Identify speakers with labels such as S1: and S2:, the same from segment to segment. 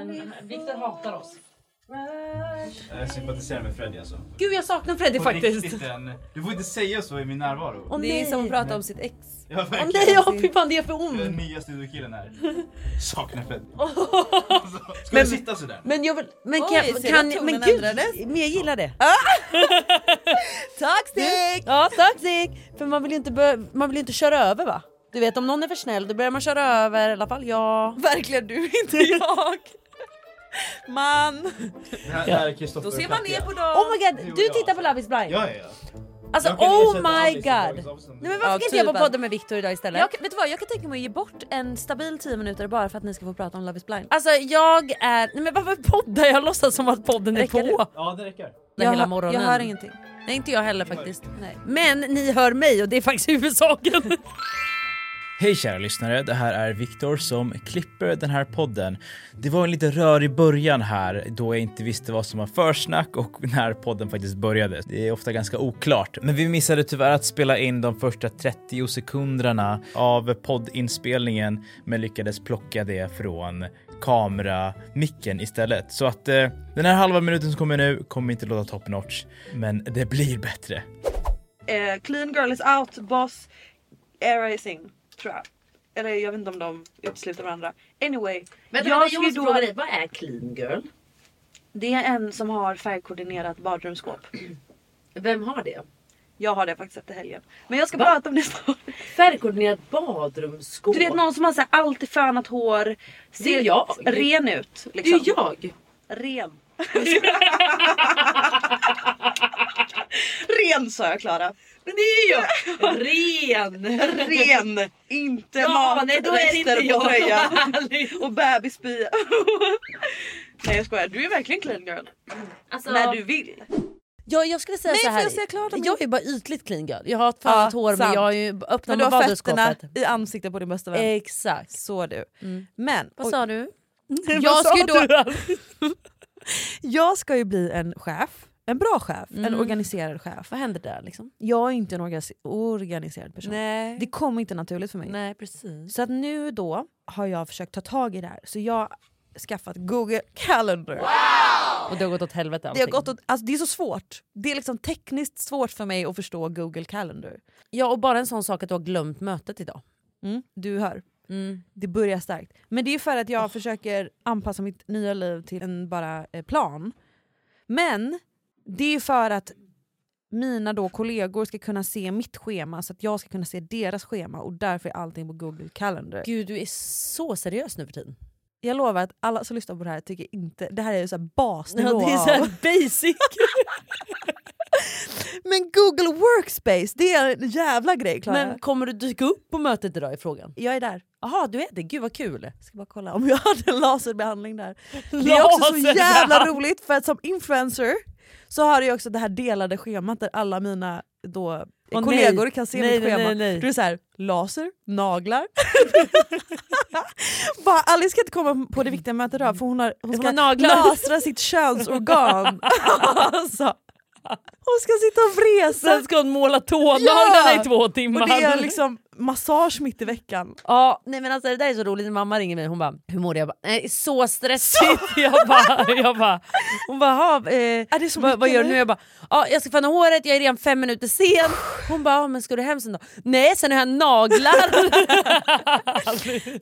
S1: eller Viktor hatar oss.
S2: Jag sympatiserar med Freddy alltså.
S3: Gud jag saknar Freddy
S2: På
S3: faktiskt.
S2: riktigt, en- Du får inte säga så i min närvaro.
S3: Om det är som att prata om sitt ex.
S2: Ja,
S3: Om
S2: verkligen.
S3: nej, ja fy fan det är för
S2: Du är Den
S3: ont.
S2: nya studiokillen här. Saknar Freddy. Alltså, Ska
S3: Men-
S2: du sitta sådär?
S3: Men jag vill, men kan,
S4: Oj, ser du att
S3: kan
S4: tonen
S3: men gud,
S4: ändrades?
S3: men jag gillar det.
S4: Toxic!
S3: Ja toxic! För man vill ju inte, bör, man vill ju inte köra över va? Du vet om någon är för snäll då börjar man köra över i alla fall jag.
S4: Verkligen du, inte jag. Man.
S2: Det här det här är Kristoffer
S4: Då ser
S2: och
S4: man
S2: Katja.
S4: ner på dem.
S3: Oh my
S2: Du
S3: god,
S2: och
S3: du
S2: jag.
S3: tittar på Love is blind!
S2: Ja, ja, ja.
S3: Alltså
S2: Jag kan
S3: oh
S2: ersätta
S3: my
S2: Alice i dagens
S3: god!
S2: avsnitt.
S3: Nej men varför
S4: Ja,
S3: kan inte jag vara
S4: typ.
S3: podden med Victor idag istället?
S4: Jag, vet du vad, jag kan tänka mig att ge bort en stabil 10 minuter bara för att ni ska få prata om Love is blind.
S3: Alltså jag är, nej men varför poddar jag? låtsas som att podden är
S4: Räcker
S3: på!
S2: Ja, det räcker.
S3: Jag
S4: jag,
S3: hör-
S4: morgonen.
S3: jag
S4: jag
S3: hör
S4: hör ingenting.
S3: Nej inte jag heller faktiskt.
S4: Nej.
S3: Men ni hör mig och det är faktiskt huvudsaken.
S5: Hej kära lyssnare, det här är Viktor som klipper den här podden. Det var en lite rör i början här då jag inte visste vad som var försnack och när podden faktiskt började. Det är ofta ganska oklart, men vi missade tyvärr att spela in de första 30 sekunderna av poddinspelningen, men lyckades plocka det från kameramicken istället. Så att eh, den här halva minuten som kommer nu kommer inte låta top notch, men det blir bättre.
S6: eh, Clean Girl is out, Boss, Era is in, tror jag. Eller jag vet inte om de utesluter varandra. Anyway,
S1: Vänta,
S6: jag
S1: jag,
S6: ska
S1: jag
S6: ju
S1: måste
S6: då-
S1: fråga dig, vad är clean girl?
S6: det är en som har färgkoordinerat badrumsskåp.
S1: Vem har det?
S6: Jag har det faktiskt efter helgen. Men jag ska
S1: Va?
S6: prata om det snart.
S1: Färgkoordinerat badrumsskåp.
S6: Du vet någon som har så här alltid fönat hår,
S1: Det
S6: ser
S1: är jag.
S6: ren ut.
S1: det är
S6: Liksom.
S1: ju jag!
S6: Ren. ren sa jag Klara.
S1: Men det är ju jag! Ren!
S6: Ren! Inte
S1: Ja, nej, då är det inte
S6: matrester på tröjan.
S1: jag.
S6: Och bebisbia. nej jag skojar, du är verkligen clean girl.
S1: alltså,
S6: När du vill.
S3: Jag, jag skulle säga
S4: Nej,
S3: så
S4: får
S3: här.
S4: jag säga klart om
S3: jag är bara ytligt clean girl. Jag har ett fönat
S4: Ja,
S3: hår men
S4: sant.
S3: jag är ju öppnar
S4: Men du
S3: med
S4: har fötterna
S3: badrumsskåpet.
S4: i ansiktet på din bästa vän.
S3: Exakt. Mm.
S4: Så du. Men
S3: Vad sa du?
S4: jag, ska ju
S3: du?
S4: då, jag ska ju bli en chef. En bra chef. En organiserad chef.
S3: Mm. Vad hände där liksom?
S4: Jag är inte en organis- organiserad person.
S3: Nej.
S4: Det kom inte naturligt för mig.
S3: Nej precis.
S4: Så att nu då har jag försökt ta tag i det här. Så jag har skaffat Google Calendar.
S3: Och det har gått åt helvete
S4: Det, har gått åt, alltså det är så svårt. Det är liksom tekniskt svårt för mig att förstå Google Calendar.
S3: Ja och bara en sån sak att du har glömt mötet idag.
S4: Mm. Du hör,
S3: Mm. Ah.
S4: det börjar starkt. Men det är ju för att jag försöker anpassa mitt nya liv till en bara eh, plan. Men det är ju för att mina då kollegor ska kunna se mitt schema så att jag ska kunna se deras schema och därför är allting på Google Calendar.
S3: Gud du är så seriös nu för tiden.
S4: Jag lovar att alla som lyssnar på det här tycker inte... Det här är ju så här basnivå.
S3: Ja, det är så här
S4: av-
S3: basic.
S4: Men Google Workspace, det är en jävla grej Klara.
S3: Men kommer du dyka upp på mötet idag i frågan?
S4: jag är där.
S3: Jaha du är det, gud vad kul.
S4: ska bara kolla om jag hade en laserbehandling där. Det är också så jävla roligt för att som influencer så har jag också det här delade schemat där alla mina då
S3: Åh,
S4: kollegor
S3: nej.
S4: kan se
S3: Nej,
S4: mitt
S3: nej,
S4: schema.
S3: nej, nej.
S4: Då är det så här, laser, naglar. bara, Alice ska inte komma på det viktiga mötet idag för hon, har, hon
S3: Hon
S4: ska
S3: har naglar.
S4: lasra sitt könsorgan. alltså. Hon ska sitta och vresa.
S3: Sen ska hon måla tånaglarna
S4: Ja!
S3: i två timmar.
S4: Och det är liksom massage mitt i veckan.
S3: Ja, nej men alltså det där är så roligt när mamma ringer mig hon bara “Hur mår du?” Jag bara “Nej, så stressigt”. Jag bara, jag bara, hon bara “Jaha, eh,
S4: Är Äh, det så
S3: vad,
S4: mycket
S3: vad gör du
S4: nu?
S3: nu?” Jag bara “Ja, jag ska fönna håret, jag är redan fem minuter sen”. Hon bara "Ja, “Men ska du hem sen då?” “Nej, sen har jag naglar”.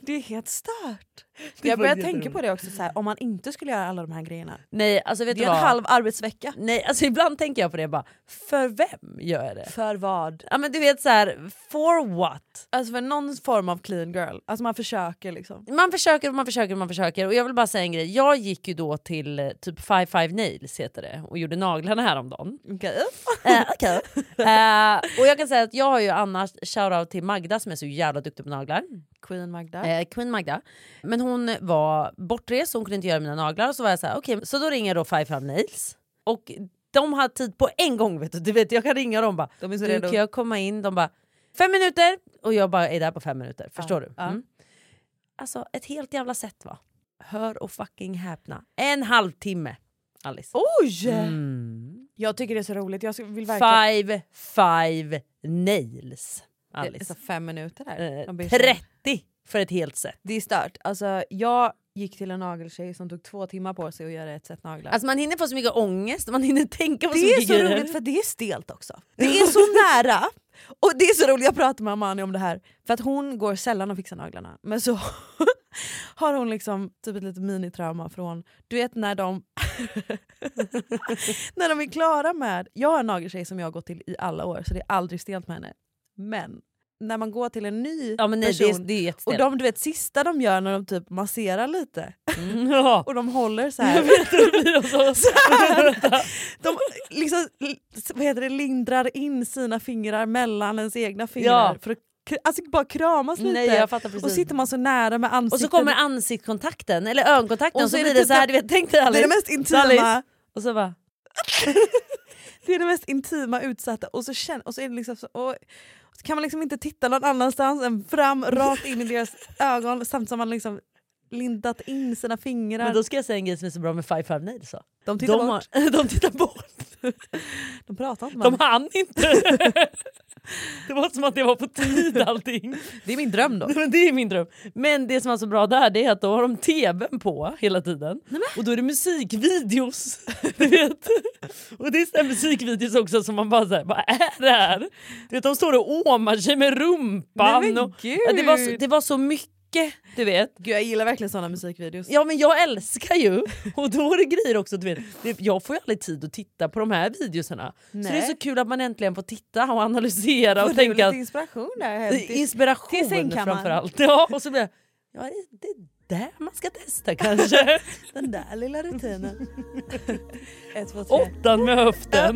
S4: Det är helt stört. Jag börjar tänka på det också, så här, om man inte skulle göra alla de här grejerna.
S3: nej, alltså vet
S4: Det
S3: du
S4: är en
S3: vad?
S4: halv arbetsvecka.
S3: Nej, alltså ibland tänker jag på det bara “För vem gör jag det?”
S4: För vad?
S3: Ja men du vet så här, “For what?”
S4: Alltså för någon form av clean girl. Alltså man försöker liksom.
S3: Man försöker och man försöker och man försöker. Och jag vill bara säga en grej. Jag gick ju då till eh, typ Five Five Nails heter det och gjorde naglarna häromdagen.
S4: Okej.
S3: Eh, okej. Eh, och jag kan säga att jag har ju annars shoutout till Magda som är så jävla duktig på naglar.
S4: Queen Magda.
S3: Eh, Queen Magda. Men hon var bortrest så hon kunde inte göra mina naglar. Och så var jag så här, okej, så då ringer jag då Five Five Nails. Och de har tid på en gång vet du. du vet, jag kan ringa dem bara,
S4: De är så
S3: du
S4: redo.
S3: kan jag komma in? De bara, fem minuter! Och jag bara är där på fem minuter. Förstår du?
S4: ja.
S3: Mm. Alltså ett helt jävla sätt va. Hör och fucking häpna. En halvtimme Alice.
S4: Oj!
S3: Mm.
S4: Jag tycker det är så roligt. Jag vill verkligen...
S3: Five five nails. Alice.
S4: Alltså liksom fem minuter här.
S3: Eh,
S4: De blir så-
S3: 30 för ett helt set.
S4: Det är stört. Alltså jag, gick till en nageltjej som tog två timmar på sig att göra ett set naglar.
S3: Alltså man hinner få så mycket ångest, man hinner tänka på
S4: det är
S3: mycket
S4: så
S3: grejer.
S4: roligt för det är stelt också. Det är så nära. Och det är så roligt, jag pratar med Amani om det här. För att hon går sällan och fixar naglarna. Men så har hon liksom typ ett litet minitrauma från, du vet när de när de är klara med, jag har en nageltjej som jag har gått till i alla år så det är aldrig stelt med henne. Men när man går till en ny
S3: Ja men nej, det,
S4: person
S3: är- det är
S4: och
S3: jättestelt.
S4: de du vet sista de gör när de typ masserar lite
S3: Mm. Ja.
S4: och de håller så här.
S3: Så-
S4: De liksom, vad heter det, lindrar in sina fingrar mellan ens egna fingrar
S3: Ja.
S4: för att kr- alltså, bara kramas lite.
S3: nej jag fattar precis.
S4: och sitter man så nära med ansiktet.
S3: Och så kommer ansiktskontakten eller ögonkontakten
S4: Och
S3: och så,
S4: så är
S3: blir det
S4: det typ
S3: så här, du
S4: den-
S3: vet tänk dig
S4: det är det
S3: Alice.
S4: mest intima,
S3: Alice. Och så bara,
S4: det är det mest intima utsatta och så, känner, och så, är det liksom så, och, så kan man liksom inte titta någon annanstans än fram, rakt in i deras ögon samtidigt som man liksom lindat in sina fingrar.
S3: men då ska jag säga en grej som är så bra med Five Five Nails då.
S4: de tittar
S3: De,
S4: bort,
S3: har, de tittar bort,
S4: de pratar inte med
S3: de
S4: varandra.
S3: hann inte. det var som att det var på tid allting.
S4: Det är min dröm då.
S3: Nej, men det är min dröm. Men det som var så bra där det är att då har de tvn på hela tiden. Och då är det musikvideos. Du vet. Och det är sådana musikvideos också som man bara såhär, vad är det här? Du vet, de står och åmar sig med rumpan.
S4: Nej, men
S3: och, ja, det, var så,
S4: gud.
S3: det var så mycket, du vet.
S4: Gud, jag gillar verkligen såna musikvideos.
S3: Ja men jag älskar ju, och då är det grejer också. Du vet. Det- Jag får ju aldrig tid att titta på de här videoserna. Så det är
S4: Nej.
S3: så kul att man äntligen får titta och analysera
S4: Får
S3: och
S4: du
S3: tänka att
S4: lite inspiration där hem till-
S3: Inspiration
S4: till sängkammaren.
S3: framförallt. Ja, och så blir jag, ja, det- det är där man ska testa kanske.
S4: Den där lilla rutinen. Ett, två, tre.
S3: Åttan med höften.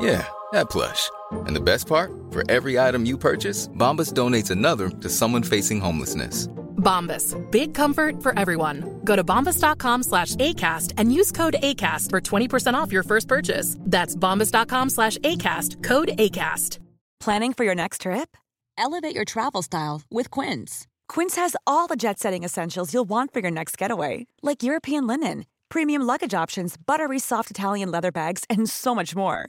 S7: Yeah, that plush. And the best part? For every item you purchase, Bombas donates another to someone facing homelessness.
S8: Bombas. Big comfort for everyone. Go to bombas.com slash ACAST and use code ACAST for 20% off your first purchase. That's bombas.com slash ACAST. Code ACAST.
S9: Planning for your next trip? Elevate your travel style with Quince. Quince has all the jet setting essentials you'll want for your next getaway, like European linen, premium luggage options, buttery soft Italian leather bags, and so much more.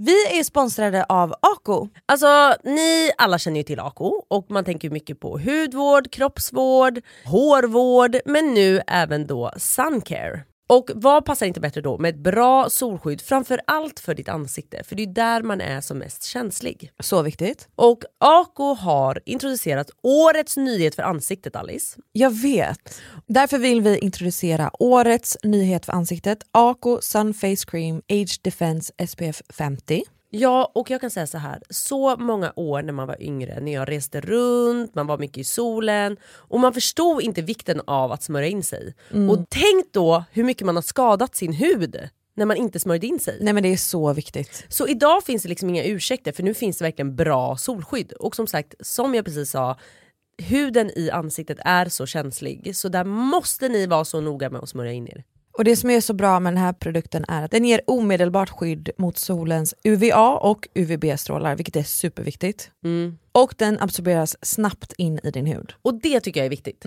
S3: Vi är sponsrade av Ako. Alltså ni alla känner ju till Ako och man tänker ju mycket på hudvård, kroppsvård, hårvård men nu även då suncare. Och vad passar inte bättre då med ett bra solskydd framför allt för ditt ansikte för det är ju där man är som mest känslig.
S4: Så viktigt.
S3: Och Ako har introducerat årets nyhet för ansiktet Alice.
S4: Jag vet. Därför vill vi introducera årets nyhet för ansiktet. Ako Sun Face Cream Age Defense SPF 50.
S3: Ja, och jag kan säga så här. Så många år när man var yngre, när jag reste runt, man var mycket i solen och man förstod inte vikten av att smörja in sig. Och tänk då hur mycket man har skadat sin hud när man inte smörjde in sig.
S4: Nej men det är så viktigt.
S3: Så idag finns det liksom inga ursäkter för nu finns det verkligen bra solskydd. Och som sagt, som jag precis sa, huden i ansiktet är så känslig så där måste ni vara så noga med att smörja in er.
S4: Och det som är så bra med den här produkten är att den ger omedelbart skydd mot solens UVA och UVB-strålar, vilket är superviktigt. Och den absorberas snabbt in i din hud.
S3: Och det tycker jag är viktigt.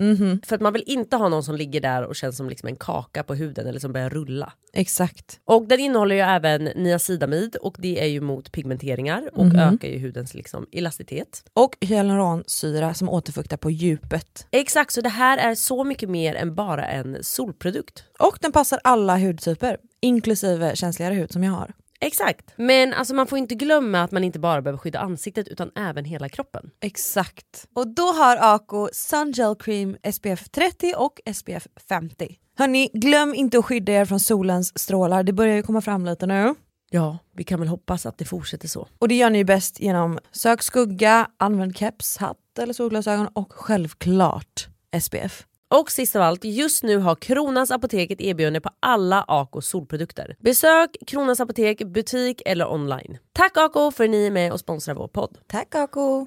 S3: För att man vill inte ha någon som ligger där och känns som liksom en kaka på huden eller som börjar rulla.
S4: Exakt.
S3: Och den innehåller ju även niacidamid och det är ju mot pigmenteringar och ökar ju hudens liksom elastitet.
S4: Och hyaluronsyra som återfuktar på djupet.
S3: Exakt, så det här är så mycket mer än bara en solprodukt.
S4: Och den passar alla hudtyper, inklusive känsligare hud som jag har.
S3: Exakt. Men alltså man får inte glömma att man inte bara behöver skydda ansiktet utan även hela kroppen.
S4: Exakt. Och då har Ako Sun Gel Cream SPF 30 och SPF 50. Hörni, glöm inte att skydda er från solens strålar. Det börjar ju komma fram lite nu.
S3: Ja, vi kan väl hoppas att det fortsätter så.
S4: Och det gör ni ju bäst genom sök skugga, använd keps, hatt eller solglasögon och självklart SPF.
S3: Och sist av allt, just nu har Kronans Apotek ett erbjudande på alla Ako solprodukter. Besök Kronans Apotek, butik eller online. Tack Ako för att ni är med och sponsrar vår podd.
S4: Tack Ako!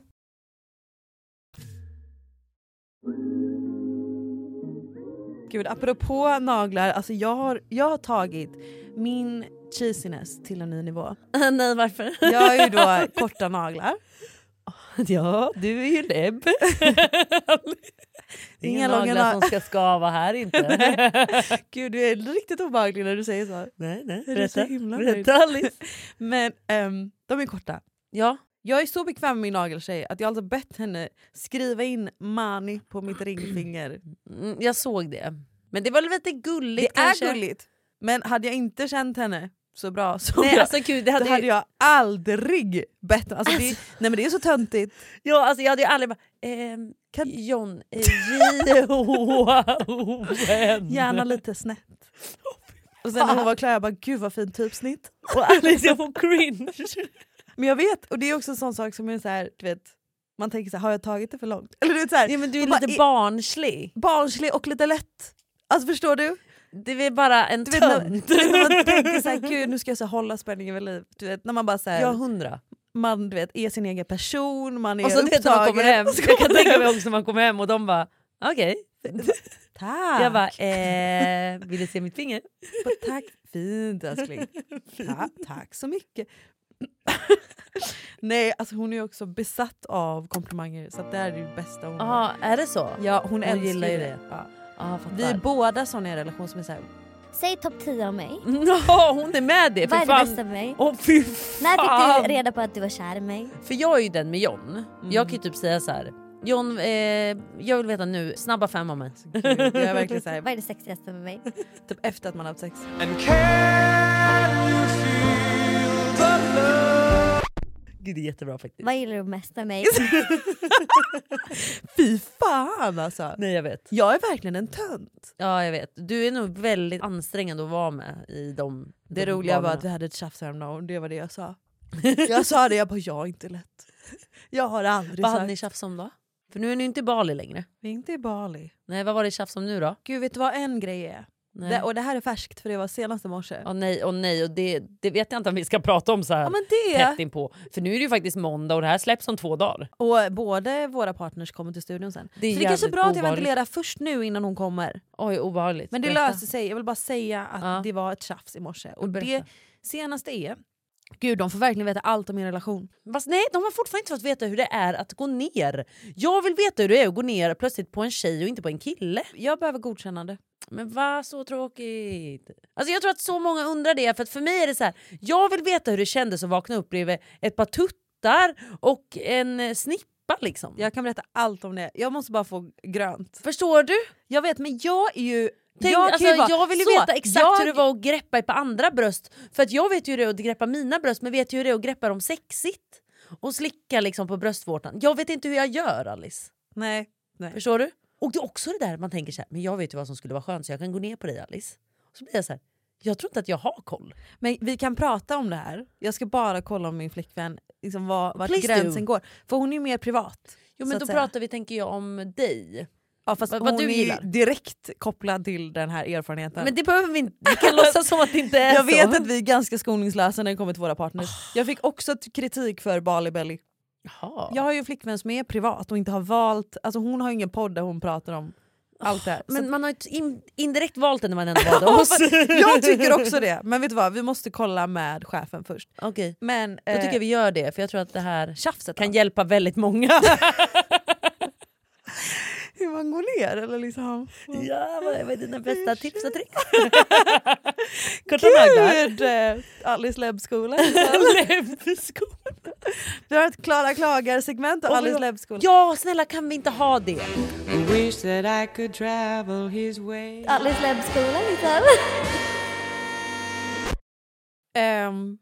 S4: Gud, apropå naglar, alltså jag har, jag har tagit min cheesiness till en ny nivå.
S3: Nej, varför?
S4: Jag har ju då korta naglar. Ja, du är ju näbb.
S3: Det är inga
S4: långa
S3: naglar
S4: na-
S3: som ska skava här inte.
S4: Gud, du är riktigt obehaglig när du säger så.
S3: nej, nej.
S4: är så himla nöjd.
S3: Alice.
S4: Men ehm, de är korta.
S3: Ja,
S4: Jag är så bekväm med min nageltjej att jag alltså bett henne skriva in mani på mitt ringfinger.
S3: mm, jag såg det. Men det var lite gulligt
S4: Det
S3: kanske.
S4: är gulligt. Men hade jag inte känt henne så bra som
S3: Nej,
S4: jag
S3: alltså, gud, det hade
S4: då
S3: ju-
S4: hade jag aldrig bett henne. Alltså, det, nej, men det är så töntigt.
S3: Ja, alltså jag hade ju aldrig bara... Ehm, John, eh, J-O-O-N.
S4: Gärna lite snett. Och sen när hon var klar jag bara gud vad fint typsnitt.
S3: Och Alice jag får cringe.
S4: Men jag vet, och det är också en sån sak som är så här, du vet, man tänker så här, har jag tagit det för långt? Eller du vet så här,
S3: Ja, men du är
S4: man bara,
S3: lite
S4: i-
S3: barnslig.
S4: barnslig och lite lätt. Alltså förstår du?
S3: Det är bara en
S4: Du vet, när,
S3: tönt.
S4: du vet när man tänker så här, gud nu ska jag så här, hålla spänningen vid liv. Du vet när man bara så här,
S3: Jag hundra.
S4: man du vet, är sin egen person, man är
S3: Och så det
S4: upptagen.
S3: när man kommer hem.
S4: och så
S3: Jag kan
S4: kommer man
S3: tänka
S4: hem.
S3: mig också när man kommer hem och de bara okej.
S4: Tack!
S3: Jag bara eh, vill du se mitt finger?
S4: bara, tack, fint älskling. Ta, tack så mycket. Nej, alltså hon är ju också besatt av komplimanger så att det här är det bästa hon har.
S3: Ja, är det så?
S4: Ja, hon, älskar
S3: Ah. gillar ju
S4: det.
S3: det.
S4: Ja.
S3: Ja,
S4: Vi är båda sådana i en relation som är såhär,
S10: Säg topp 10 om mig.
S3: Ja, hon är med det.
S10: Vad
S3: För
S10: är det
S3: fan.
S10: bästa med mig?
S3: Åh fy
S10: När
S3: fan!
S10: fick du reda på att du var kär i mig?
S3: För jag är ju den med John.
S4: Mm.
S3: Jag kan ju typ säga så här. John, eh, jag vill veta nu, snabba fem om mig.
S4: gud, jag är verkligen såhär,
S10: Vad är det sexigaste med mig?
S4: typ efter att man har haft sex.
S3: Gud, det är jättebra faktiskt.
S10: Vad gillar du mest med mig?
S4: Fy fan alltså!
S3: Nej jag vet.
S4: Jag är verkligen en tönt.
S3: Ja jag vet. Du är nog väldigt ansträngande att vara med i de
S4: Det
S3: de
S4: roliga var
S3: banorna.
S4: att vi hade ett tjafs häromdagen och det var det jag sa. Jag sa det, jag bara jag är inte lätt. Jag har aldrig
S3: Vad hade ni
S4: sagt.
S3: tjafs om då? För nu är ni ju inte i Bali längre.
S4: Vi är inte i Bali.
S3: Nej vad var det tjafs om nu då?
S4: Gud vet du vad en grej är?
S3: Nej.
S4: Det, och det här är färskt för det var senaste morse.
S3: Åh nej, åh nej, och det, det vet jag inte om vi ska prata om så här
S4: Ja men
S3: tätt
S4: det!
S3: inpå. För nu är det ju faktiskt måndag och det här släpps om två dagar.
S4: Och både våra partners kommer till studion sen.
S3: Det är
S4: så det är kanske är
S3: jävligt
S4: bra att jag
S3: obehagligt.
S4: ventilerar först nu innan hon kommer.
S3: Oj obehagligt.
S4: Men det
S3: Berätta.
S4: löser sig. Jag vill bara säga att
S3: Ja.
S4: det var ett tjafs i morse. Och
S3: Berätta.
S4: det senaste är, gud de får verkligen veta allt om min relation.
S3: Fast nej, de har fortfarande inte fått veta hur det är att gå ner. Jag vill veta hur det är att gå ner plötsligt på en tjej och inte på en kille.
S4: Jag behöver godkännande.
S3: Men vad så tråkigt. Alltså jag tror att så många undrar det. För att för mig är det så här, jag vill veta hur det kändes att vakna upp bredvid ett par tuttar och en eh, snippa liksom.
S4: Jag kan berätta allt om det. Jag måste bara få grönt.
S3: Förstår du?
S4: Jag vet men jag är ju...
S3: Tänk,
S4: jag,
S3: jag,
S4: kan
S3: alltså,
S4: ju bara,
S3: jag vill ju
S4: så,
S3: veta exakt
S4: jag-
S3: hur det var att greppa ett par andra bröst. För att jag vet ju hur det är att greppa mina bröst men vet ju hur det är att greppa dem sexigt. Och slicka liksom på bröstvårtan. Jag vet inte hur jag gör Alice.
S4: Nej, nej.
S3: Förstår du? Och det är också det där man tänker så här, men jag vet ju vad som skulle vara skönt så jag kan gå ner på dig Alice. Och så blir jag så här, jag tror inte att jag har koll.
S4: Men vi kan prata om det här. Jag ska bara kolla om min flickvän, liksom var, vart
S3: Please
S4: gränsen
S3: do.
S4: går. För hon är ju mer privat.
S3: Jo
S4: så
S3: men
S4: att
S3: då
S4: säga.
S3: pratar vi tänker jag om dig.
S4: ja, fast
S3: vad- vad
S4: hon
S3: du
S4: är ju
S3: gillar.
S4: direkt kopplad till den här erfarenheten.
S3: Men det behöver vi inte, vi kan låtsas som att det inte är
S4: jag
S3: så.
S4: vet att vi är ganska skoningslösa när det kommer till våra partners. Jag fick också t- kritik för Bali Belly.
S3: Jaha.
S4: Jag har ju en flickvän som är privat och inte har valt, alltså hon har ju ingen podd där hon pratar om allt det här. Så
S3: Men man har ju in, indirekt valt det när man ändå valde oss.
S4: Jag tycker också det, men vet du vad? Vi måste kolla med chefen först.
S3: Okej,
S4: Men eh,
S3: då tycker jag
S4: vi
S3: vi gör det för jag tror att det här kan
S4: tjafset kan
S3: hjälpa väldigt många.
S4: hur man går ner eller liksom...
S3: ja, vad är dina bästa tips och tricks? Korta naglar.
S4: Gud! eh, Alice Lebbskola. Vi har ett Klara klagar-segment av
S3: Oj,
S4: Alice
S3: oj.
S4: Lebbskola.
S3: Ja snälla kan vi inte ha det?
S10: Alice Lebbskola liksom.
S4: Ehm,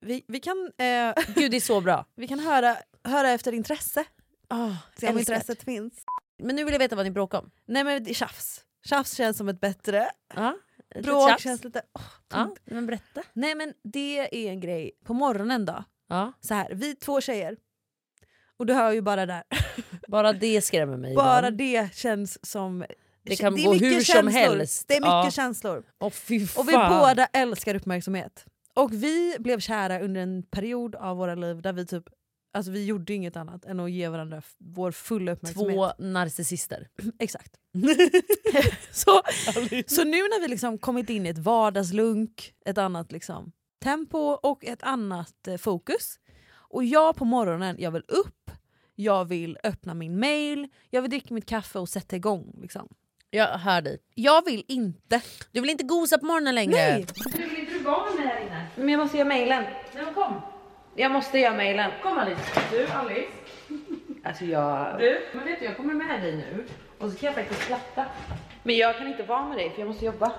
S4: vi, vi, kan, eh,
S3: Gud det är så bra.
S4: vi kan höra, höra efter intresse.
S3: Oh,
S4: Se om intresset finns.
S3: Men nu vill jag veta vad ni bråkar om.
S4: Nej men det- tjafs. Tjafs känns som ett bättre.
S3: Ja.
S4: Lite
S3: Bråk
S4: tjafs.
S3: känns lite... åh,
S4: Ja,
S3: tungt.
S4: men berätta.
S3: Nej men det är en grej. På morgonen då,
S4: Ja.
S3: så här, vi två tjejer. Och du hör ju bara där.
S4: Bara det skrämmer mig.
S3: Bara
S4: ibland.
S3: det känns som...
S4: Det kan
S3: är
S4: gå
S3: mycket
S4: hur som
S3: känslor.
S4: helst.
S3: Det är mycket
S4: Ja.
S3: känslor.
S4: Åh, fy fan.
S3: Och vi båda älskar uppmärksamhet. Och vi blev kära under en period av våra liv där vi typ Alltså vi gjorde inget annat än att ge varandra f- vår fulla uppmärksamhet.
S4: Två narcissister.
S3: Exakt. så, så nu när vi liksom kommit in i ett vardagslunk, ett annat liksom tempo och ett annat eh, fokus. Och jag på morgonen, jag vill upp, jag vill öppna min mail, jag vill dricka mitt kaffe och sätta igång. Liksom.
S4: Jag hör dig.
S3: Jag vill inte...
S4: Du vill inte gosa på morgonen längre.
S3: Nej!
S11: Men jag måste göra mejlen. Nej men kom. Jag måste göra mejlen. Kom Alice. Du Alice.
S12: Alltså jag...
S11: Du?
S12: Men vet du, jag kommer med dig nu. Och så kan jag faktiskt skratta.
S11: Men jag kan inte vara med dig för jag måste jobba.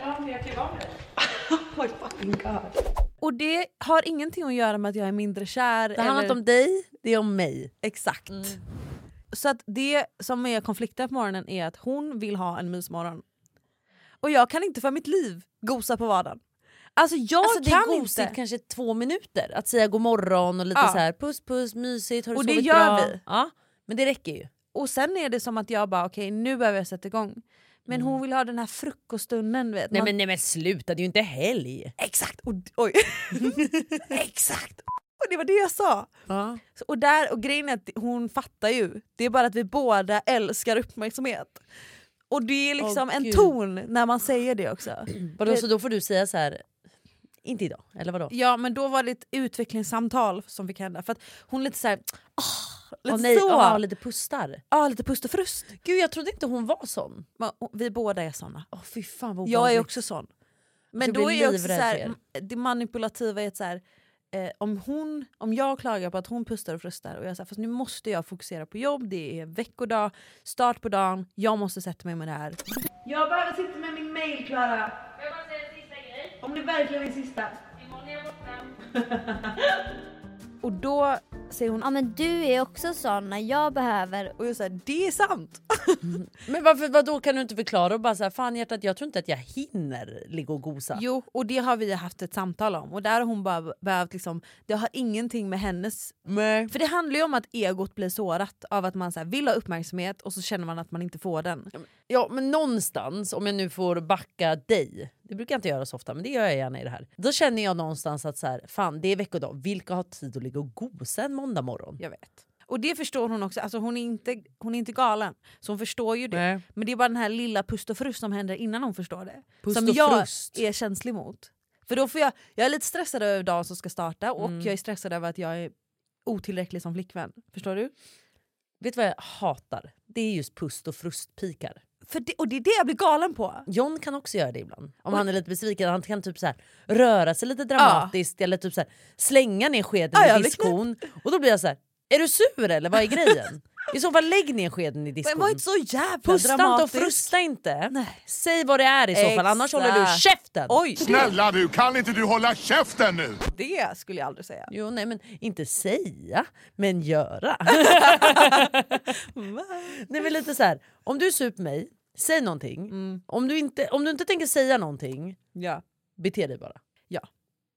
S12: Ja, men jag kan
S3: liksom-
S12: vara med dig.
S11: Oh my fucking god.
S3: Och det har ingenting att göra med att jag är mindre kär.
S4: Det handlar inte om dig, det är om mig.
S3: Exakt. Så att det som är konflikten på morgonen är att hon vill ha en mysmorgon. Och jag kan inte för mitt liv gosa på vardagen. Alltså jag
S4: Alltså, det
S3: kan
S4: är gosigt
S3: inte.
S4: kanske två minuter. Att säga god morgon och lite
S3: Ja.
S4: så här puss puss mysigt, har du
S3: Och det
S4: sovit
S3: gör
S4: bra?
S3: vi.
S4: Ja, men det räcker ju.
S3: Och sen är det som att jag bara okej nu behöver jag sätta igång. Men hon vill ha den här frukoststunden. Vet.
S4: Mm. Nej
S3: Man-
S4: men, nej men sluta, det är ju inte helg.
S3: Exakt! Och, oj. Exakt! Och det var det jag sa. Så- Och, där, och grejen är att hon fattar ju, det är bara att vi båda älskar uppmärksamhet. Och det är liksom
S4: Åh,
S3: en
S4: Gud.
S3: ton när man säger det också.
S4: Vadå, så då får du säga så här inte idag, eller vadå?
S3: Ja men då var det ett utvecklingssamtal som fick hända för att hon lite såhär, ah, lite
S4: Åh, nej,
S3: så, lite,
S4: åh, lite pustar.
S3: ah, lite pust och frust.
S4: Gud jag trodde inte hon var sån.
S3: Men, och Vi båda är såna.
S4: Åh fy fan vad
S3: Jag är
S4: obehagligt.
S3: också sån. Men
S4: jag
S3: då är
S4: blir
S3: jag också
S4: livrädd
S3: såhär,
S4: för er.
S3: m- det manipulativa är att såhär, eh, om, hon, om jag klagar på att hon pustar och frustar och jag säger fast nu måste jag fokusera på jobb, det är veckodag, start på dagen, jag måste sätta mig med det här.
S11: Jag behöver sitta med min mail Klara. Får jag bara säga en sista grej? Om det verkligen är sista.
S3: Och då säger hon,
S13: Ja
S3: "Ah,
S13: men du är också sån när jag behöver...
S3: och jag säger det är sant.
S4: Men varför, vadå kan du inte förklara och bara så här, fan hjärtat jag tror inte att jag hinner ligga och gosa.
S3: Jo, och det har vi haft ett samtal om. Och där har hon bara behövt liksom, det har ingenting med hennes... För det handlar ju om att egot blir sårat av att man så här vill ha uppmärksamhet och så känner man att man inte får den.
S4: Ja men någonstans, om jag nu får backa dig, det brukar jag inte göra så ofta men det gör jag gärna i det här. Då känner jag någonstans att så här, fan det är veckodag, vilka har tid att ligga och gosa en måndag morgon?
S3: Jag vet. Och det förstår hon också, alltså hon, är inte, hon är inte galen. Så hon förstår ju det.
S4: Nej.
S3: Men det är bara den här lilla pust och frust som händer innan hon förstår det.
S4: Pust
S3: som
S4: och
S3: jag
S4: frust.
S3: är känslig mot. För då får jag, jag är lite stressad över dagen som ska starta och
S4: Mm.
S3: jag är stressad över att jag är otillräcklig som flickvän. Förstår du?
S4: Vet du vad jag hatar? Det är just pust och frustpikar.
S3: För det, och det är det jag blir galen på.
S4: John kan också göra det ibland. Om han är lite besviken. Han kan typ så här, röra sig lite dramatiskt eller typ så här, slänga ner skeden
S3: Ja, jag
S4: i
S3: blir knäpp.
S4: diskon. Och då blir jag så här, är du sur eller vad är grejen? I så fall lägg ner skeden i
S3: Men
S4: diskon.
S3: var inte så jävla
S4: Pusta inte och
S3: dramatisk.
S4: frusta inte.
S3: Nej.
S4: Säg vad det är i så fall, annars
S3: Exakt.
S4: håller du käften.
S3: Oj!
S14: Snälla du, kan inte du hålla käften nu?
S3: Det skulle jag aldrig säga.
S4: Jo, nej men inte säga, men göra. nej, men lite så här, om du är sur på mig, säg någonting. Om, du inte, om du inte tänker säga någonting,
S3: Ja.
S4: bete dig bara.
S3: Ja.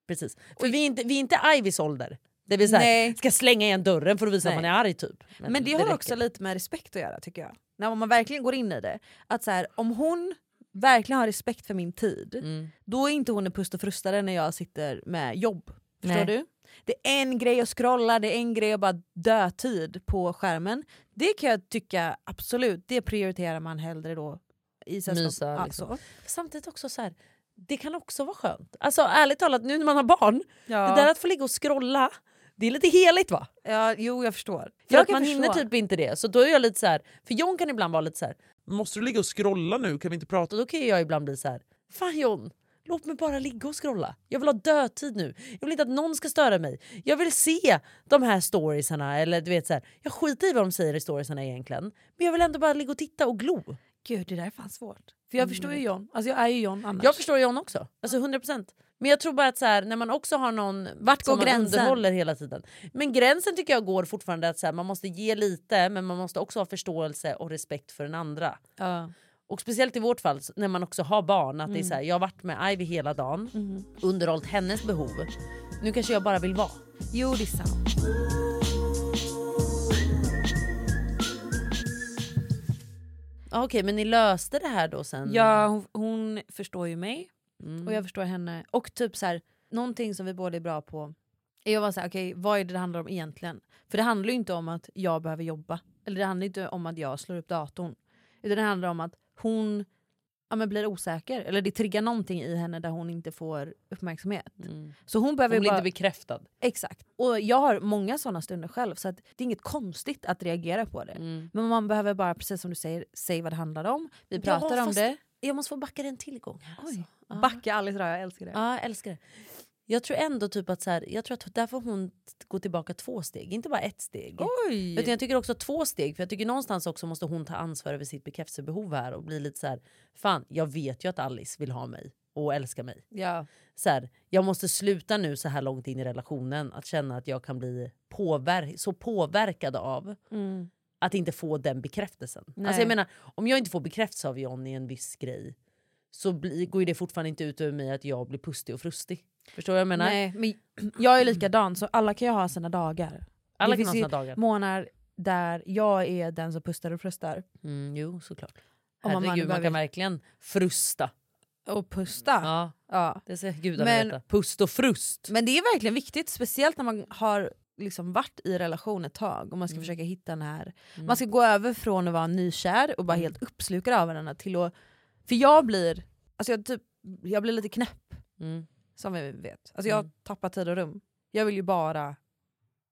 S4: Precis. För vi är inte, vi är inte Ivys ålder. Där vi så här,
S3: Nej.
S4: ska slänga igen dörren för att visa
S3: Nej.
S4: att man är arg typ.
S3: Men, det, har
S4: räcker.
S3: också lite med respekt att göra tycker jag. När man verkligen går in i det. Att så här, om hon verkligen har respekt för min tid, då är inte hon en pust och frustare när jag sitter med jobb. Förstår
S4: Nej.
S3: du? Det är en grej att scrolla, det är en grej att bara dö tid på skärmen. Det kan jag tycka absolut, det prioriterar man hellre då i sällskap.
S4: Mysa,
S3: Ja,
S4: liksom.
S3: så.
S4: Samtidigt också så här, det kan också vara skönt. Alltså ärligt talat, nu när man har barn,
S3: Ja.
S4: det där att få ligga och scrolla, det är lite heligt va?
S3: ja, jo jag förstår.
S4: För
S3: jag
S4: att
S3: kan
S4: man hinner
S3: förstå.
S4: typ inte det. Så då är jag lite så här, för John kan ibland vara lite så här,
S14: Måste du ligga och scrolla nu? Kan vi inte prata?
S4: och då kan jag ibland bli så här, fan John, låt mig bara ligga och scrolla. Jag vill ha dödtid nu. Jag vill inte att någon ska störa mig. Jag vill se de här storiesarna eller du vet så här, jag skiter i vad de säger i storiesarna egentligen. Men jag vill ändå bara ligga och titta och glo.
S3: Gud det där är fan svårt. För jag förstår ju John, alltså jag är ju John annars.
S4: Jag förstår John också, alltså 100%. Men jag tror bara att så här, när man också har någon
S3: Vart
S4: som
S3: går
S4: man
S3: gränsen?
S4: underhåller hela tiden. Men gränsen tycker jag går fortfarande att så här, man måste ge lite men man måste också ha förståelse och respekt för den andra.
S3: Ja. Och speciellt i vårt fall när man också har barn. Att det är
S4: Mm.
S3: så här, jag har varit med Ivy hela dagen,
S4: Mhm.
S3: underhållit hennes behov. Nu kanske jag bara vill vara.
S4: Jo, det är sant.
S3: Ah, Okej, men ni löste det här då sen?
S4: Ja, hon, hon förstår ju mig
S3: Mm.
S4: och jag förstår henne. Och typ så här, någonting som vi båda är bra på är att vara så här, okej vad är det det handlar om egentligen? För det handlar ju inte om att jag behöver jobba. Eller det handlar inte om att jag slår upp datorn. Utan det handlar om att hon ja, men blir osäker. Eller det triggar någonting i henne där hon inte får uppmärksamhet.
S3: Mm.
S4: Så hon
S3: Hon
S4: behöver
S3: blir
S4: bara...
S3: inte bekräftad.
S4: Exakt. Och jag har många såna stunder själv så att det är inget konstigt att reagera på det. Men man behöver bara, precis som du säger, säga vad det handlar om. Mm. Vi
S3: Ja,
S4: pratar om
S3: fast-
S4: det.
S3: Jag måste få backa den till gång här. Alltså. Ja.
S4: Backa Alice Ra, jag älskar det.
S3: Ja, jag älskar det. Jag tror ändå typ att så här, jag tror att där får hon t- gå tillbaka två steg, inte bara ett steg.
S4: Oj!
S3: Utan jag tycker också två steg, för jag tycker någonstans också måste hon ta ansvar över sitt bekräftelsebehov här och bli lite så här, fan jag vet ju att Alice vill ha mig och älska mig.
S4: Ja.
S3: Så här, jag måste sluta nu så här långt in i relationen att känna att jag kan bli påver- så påverkad av
S4: Mm.
S3: att inte få den bekräftelsen.
S4: Nej.
S3: Alltså jag menar, om jag inte får bekräftelse av John i en viss grej så blir, går ju det fortfarande inte ut över mig att jag blir pustig och frustig. Förstår du vad jag menar?
S4: Nej, men jag är likadan, så alla kan ju ha sina dagar.
S3: Alla
S4: det
S3: kan ha
S4: finns
S3: sina
S4: ju
S3: dagar.
S4: månader där jag är den som pustar och frustar.
S3: Mm, jo, såklart.
S4: Om man- man
S3: Herregud, man,
S4: behöver-
S3: kan verkligen frusta.
S4: Och pusta.
S3: Ja,
S4: Ja.
S3: det ska gudarna
S4: Men-
S3: veta. Pust och frust.
S4: Men det är verkligen viktigt, speciellt när man har liksom varit i relation ett tag och man ska
S3: Mm.
S4: försöka hitta den här... Man ska gå över från att vara nykär och
S3: Mm.
S4: bara helt uppslukad av varandra till att... För jag blir, alltså jag typ, jag blir lite knäpp
S3: Mm.
S4: som vi vet. Alltså jag
S3: Mm.
S4: tappar tid och rum. Jag vill ju bara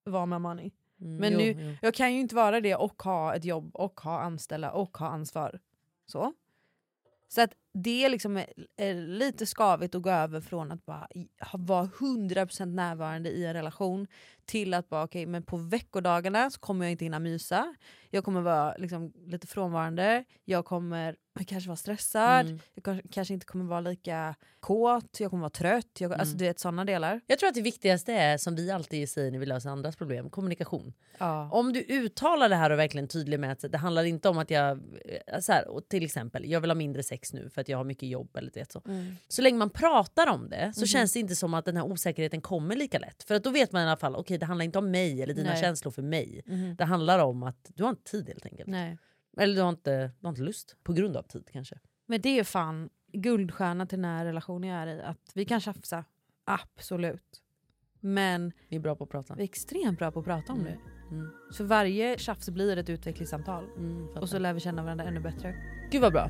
S4: vara med money.
S3: Mm,
S4: Men
S3: jo,
S4: nu-
S3: jo.
S4: Jag kan ju inte vara det och ha ett jobb och ha anställda och ha ansvar. Så. Så att det är liksom är, är lite skavigt att gå över från att bara i- ha- vara 100% närvarande i en relation till att bara okej, men på veckodagarna så kommer jag inte hinna mysa. Jag kommer vara liksom, lite frånvarande, jag kommer kanske vara stressad,
S3: Mm.
S4: jag kanske- kanske inte kommer vara lika kåt, jag kommer vara trött, jag, alltså
S3: Mm.
S4: du vet sådana delar.
S3: Jag tror att det viktigaste är, som vi alltid säger när vi löser andras problem, kommunikation.
S4: Ja.
S3: Om du uttalar det här och verkligen är tydlig med att det handlar inte om att jag, eh, så här, och till exempel, jag vill ha mindre sex nu för att jag har mycket jobb eller du vet så. Så länge man pratar om det
S4: Mm.
S3: så känns det inte som att den här osäkerheten kommer lika lätt. För att då vet man i alla fall, okej det handlar inte om mig eller dina
S4: Nej.
S3: känslor för mig. Det handlar om att du har inte tid helt enkelt.
S4: Nej.
S3: Eller du har, inte, du har inte lust på grund av tid kanske.
S4: Men det är fan guldstjärna till den här relationen jag är i. Att vi kan tjafsa, absolut. Men
S3: Ni är bra på att prata.
S4: vi är extremt bra på att prata om
S3: Mm.
S4: det.
S3: Mm.
S4: Så varje tjafs blir ett utvecklingssamtal.
S3: Mm,
S4: Och så lär vi känna varandra ännu bättre.
S3: Gud vad bra.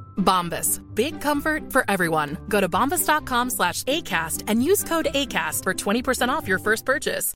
S8: Bombas. Big comfort for everyone. Go to bombas.com slash ACAST and use code ACAST for 20% off your first purchase.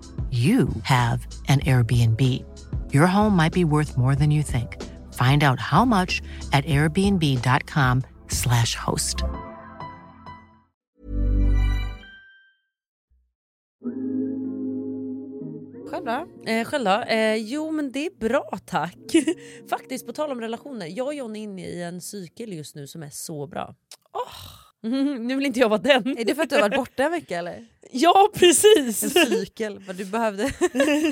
S14: you have an Airbnb. Your home might be worth more than you think. Find out how much at airbnb.com/slash host.
S4: Själv då?
S3: Eh, själv då? Eh, jo men det är bra tack. Faktiskt på tal om relationer, jag och John är inne i en cykel just nu som är så bra. Mhm, nu vill inte jag vara den.
S4: Är det för att du har varit borta en vecka eller?
S3: Ja precis!
S4: En cykel, vad du behövde.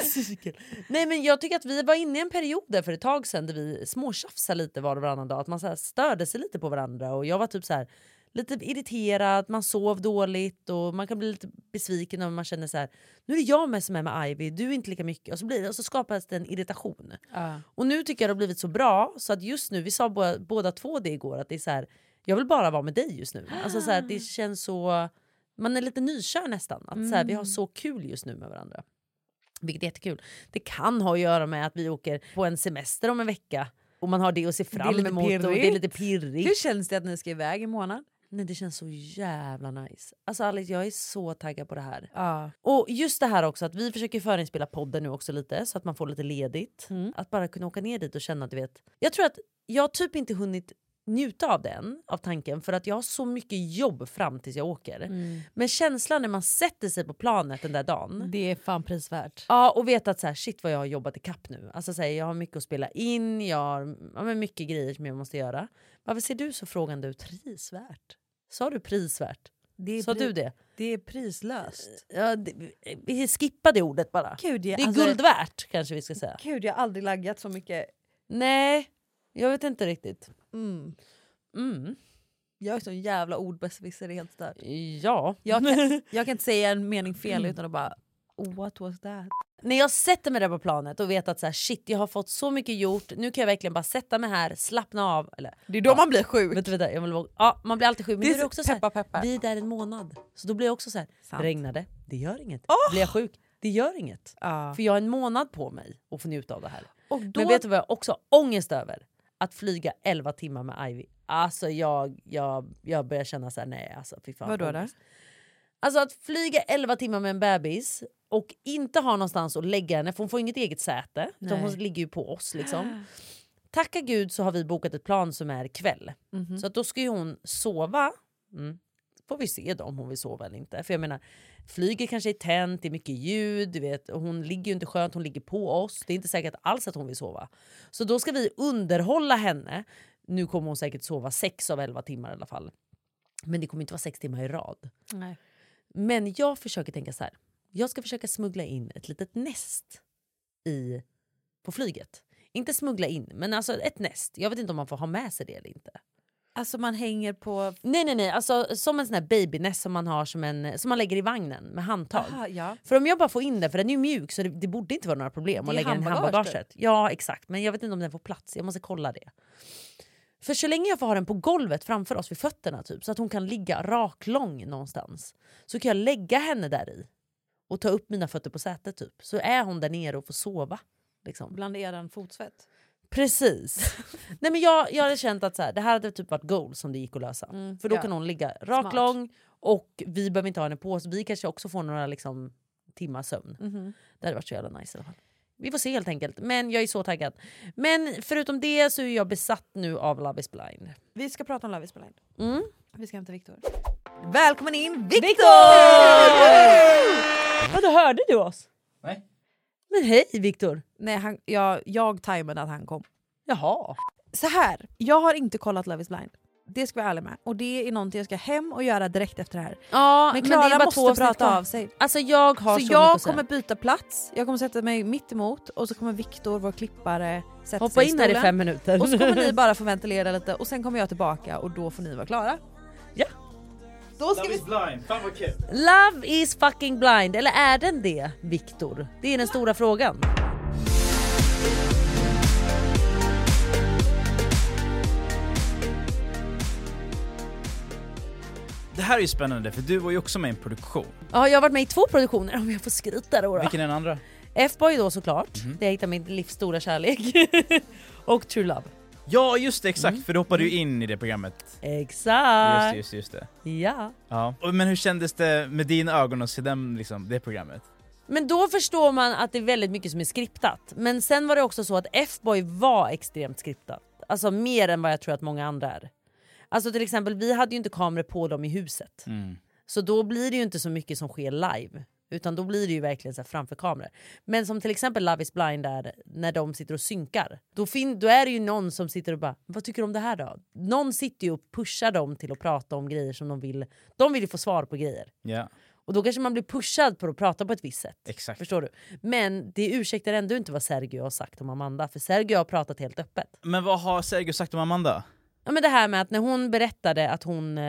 S3: cykel. Nej men jag tycker att vi var inne i en period där för ett tag sedan där vi småtjafsade lite var och varannan dag. Att man så här störde sig lite på varandra och jag var typ så här lite irriterad, man sov dåligt och man kan bli lite besviken om man känner så här nu är det jag med som är med Ivy, du är inte lika mycket. Och så, blir det, och så skapas det en irritation. Och nu tycker jag det har blivit så bra så att just nu, vi sa båda, båda två det igår, att det är så här, jag vill bara vara med dig just nu. Alltså så här, det känns så, man är lite nykär nästan. Att så här,
S4: Mm.
S3: vi har så kul just nu med varandra. Vilket är jättekul. Det kan ha att göra med att vi åker på en semester om en vecka och man har det att se
S4: Det är
S3: fram
S4: lite
S3: emot och det är lite
S4: pirrigt.
S3: pirrigt.
S4: Hur känns det att ni ska iväg i månad?
S3: Nej, det känns så jävla nice. Alltså Alice, jag är så taggad på det här. Och just det här också att vi försöker förinspela podden nu också lite så att man får lite ledigt.
S4: Mm.
S3: Att bara kunna åka ner dit och känna, du vet. Jag tror att jag har typ inte hunnit njuta av den, av tanken, för att jag har så mycket jobb fram tills jag åker.
S4: Mm.
S3: Men känslan när man sätter sig på planet den där dagen.
S4: Det är fan prisvärt.
S3: Ja, och vet att så här, shit vad jag har jobbat i kapp nu. Alltså så här, jag har mycket att spela in, jag har ja, men mycket grejer som jag måste göra. Varför ser du så frågande ut? Prisvärt. Sa du prisvärt?
S4: Det är
S3: Sa
S4: pri-
S3: du det?
S4: Det är prislöst.
S3: Ja, det, vi skippar det ordet bara.
S4: Gud, jag-
S3: det är
S4: alltså-
S3: guld värt kanske vi ska säga.
S4: Gud, jag har aldrig laggat så mycket.
S3: Nej, jag vet inte riktigt.
S4: Mm.
S3: Mm.
S4: Jag är sån jävla ordbesserwisser, det är helt stört.
S3: Ja. Mm.
S4: Jag kan, jag kan inte säga en mening fel utan att bara what was that?
S3: När jag sätter mig där på planet och vet att så här, shit, jag har fått så mycket gjort, nu kan jag verkligen bara sätta mig här, slappna av. Eller,
S4: det är då man blir sjuk.
S3: Vänta, vänta, jag vill, våga- ja, man blir alltid sjuk. Men det
S4: Det är
S3: är det
S4: så-
S3: också så här,
S4: peppa, peppa.
S3: vi är där en månad. Så då blir jag också så här,
S4: Sant.
S3: regnar det? Det gör inget. Blir jag sjuk? Det gör inget. För jag har en månad på mig att få njuta av det här.
S4: Och då-
S3: Men vet du vad jag också har ångest över? Att flyga 11 timmar med Ivy. Alltså jag, jag, jag börjar känna så här, nej alltså fy fan.
S4: Vadå då?
S3: ångest. Alltså att flyga 11 timmar med en bebis och inte ha någonstans att lägga henne, för hon får inget eget säte. Utan
S4: Nej.
S3: hon ligger ju på oss liksom. Tacka gud så har vi bokat ett plan som är kväll.
S4: Mhm.
S3: Så att då ska ju hon sova. Mm. Får vi se då om hon vill sova eller inte. För jag menar, flyget kanske är tänt, det är mycket ljud, du vet. Och hon ligger ju inte skönt, hon ligger på oss. Det är inte säkert alls att hon vill sova. Så då ska vi underhålla henne. Nu kommer hon säkert sova 6 av 11 timmar i alla fall. Men det kommer inte vara 6 timmar i rad.
S4: Nej.
S3: Men jag försöker tänka så här. Jag ska försöka smuggla in ett litet näst i, på flyget. Inte smuggla in, men alltså ett näst. Jag vet inte om man får ha med sig det eller inte.
S4: Alltså man hänger på...
S3: Nej, nej, nej. Alltså, som en sån här babynest som man har som, en, som man lägger i vagnen med handtag.
S4: Aha, ja.
S3: För om jag bara får in den, för den är ju mjuk så det, det borde inte vara några problem
S4: Det
S3: att
S4: är
S3: lägga den i
S4: handbagage, typ.
S3: handbagaget. Ja exakt, men jag vet inte om den får plats. Jag måste kolla det. För så länge jag får ha den på golvet framför oss vid fötterna typ, så att hon kan ligga raklång någonstans. Så kan jag lägga henne där i och ta upp mina fötter på sätet typ. Så är hon där nere och får sova. Liksom.
S4: Bland eran fotsvett.
S3: Precis. Nej, men jag, jag hade känt att så här, det här hade typ varit goal som det gick att lösa.
S4: Mm,
S3: För då
S4: ja.
S3: kan hon ligga rak
S4: Smart.
S3: lång och vi behöver inte ha henne på så vi kanske också får några liksom, timmar sömn.
S4: Mhm.
S3: Det hade varit så jävla nice i alla fall. Vi får se helt enkelt. Men jag är så taggad. Men förutom det så är jag besatt nu av Love is blind.
S4: Vi ska prata om Love is blind.
S3: Mm.
S4: Vi ska hämta Viktor. Välkommen in Viktor!
S3: Ja, då hörde du oss?
S5: Nej.
S3: Men hej Viktor!
S4: Nej, han, jag, jag tajmade att han kom.
S3: Jaha.
S4: Så här, jag har inte kollat Love is blind. Det ska jag vara ärlig med. Och det är någonting jag ska hem och göra direkt efter det här.
S3: Ja,
S4: men
S3: men
S4: Klara
S3: det är bara två
S4: måste
S3: avsnitt
S4: prata
S3: kvar.
S4: av sig.
S3: Alltså jag har så,
S4: så
S3: mycket
S4: jag
S3: att säga.
S4: kommer byta plats, jag kommer sätta mig mitt emot och så kommer Viktor, vår klippare, sätta
S3: Hoppa
S4: sig
S3: in här i
S4: stolen.
S3: fem minuter.
S4: Och så kommer ni bara få ventilera lite och sen kommer jag tillbaka och då får ni vara klara.
S3: Ja.
S4: Då ska
S5: Love is blind, fan vad kul!
S3: Love is fucking blind, eller är den det Viktor? Det är den stora frågan.
S5: Det här är ju spännande för du var ju också med i en produktion.
S3: Ja, jag har varit med i två produktioner om jag får skryta då. då.
S5: Vilken Mhm. är den andra?
S3: F-boy då såklart, där jag hittade min livs stora kärlek. och True Love.
S5: Ja just det, exakt för du hoppade ju in i det programmet.
S3: Exakt!
S5: Just det, just det, just det.
S3: Ja.
S5: Ja. Och- Men hur kändes det med dina ögon att se den, liksom, det programmet?
S3: Men då förstår man att det är väldigt mycket som är skriptat. Men sen var det också så att F-boy var extremt skriptat. Alltså mer än vad jag tror att många andra är. Alltså till exempel, vi hade ju inte kameror på dem i huset. Så då blir det ju inte så mycket som sker live. Utan då blir det ju verkligen så här framför kameror. Men som till exempel Love is blind där, när de sitter och synkar. Då, fin- då är det ju någon som sitter och bara, vad tycker du om det här då? Någon sitter ju och pushar dem till att prata om grejer som de vill. De vill ju få svar på grejer.
S5: Ja,
S3: Och då kanske man blir pushad på att prata på ett visst sätt.
S5: exakt.
S3: Förstår du? Men det ursäktar ändå inte vad Sergio har sagt om Amanda. För Sergio har pratat helt öppet.
S5: Men vad har Sergio sagt om Amanda?
S3: Ja, men det här med att när hon berättade att hon eh,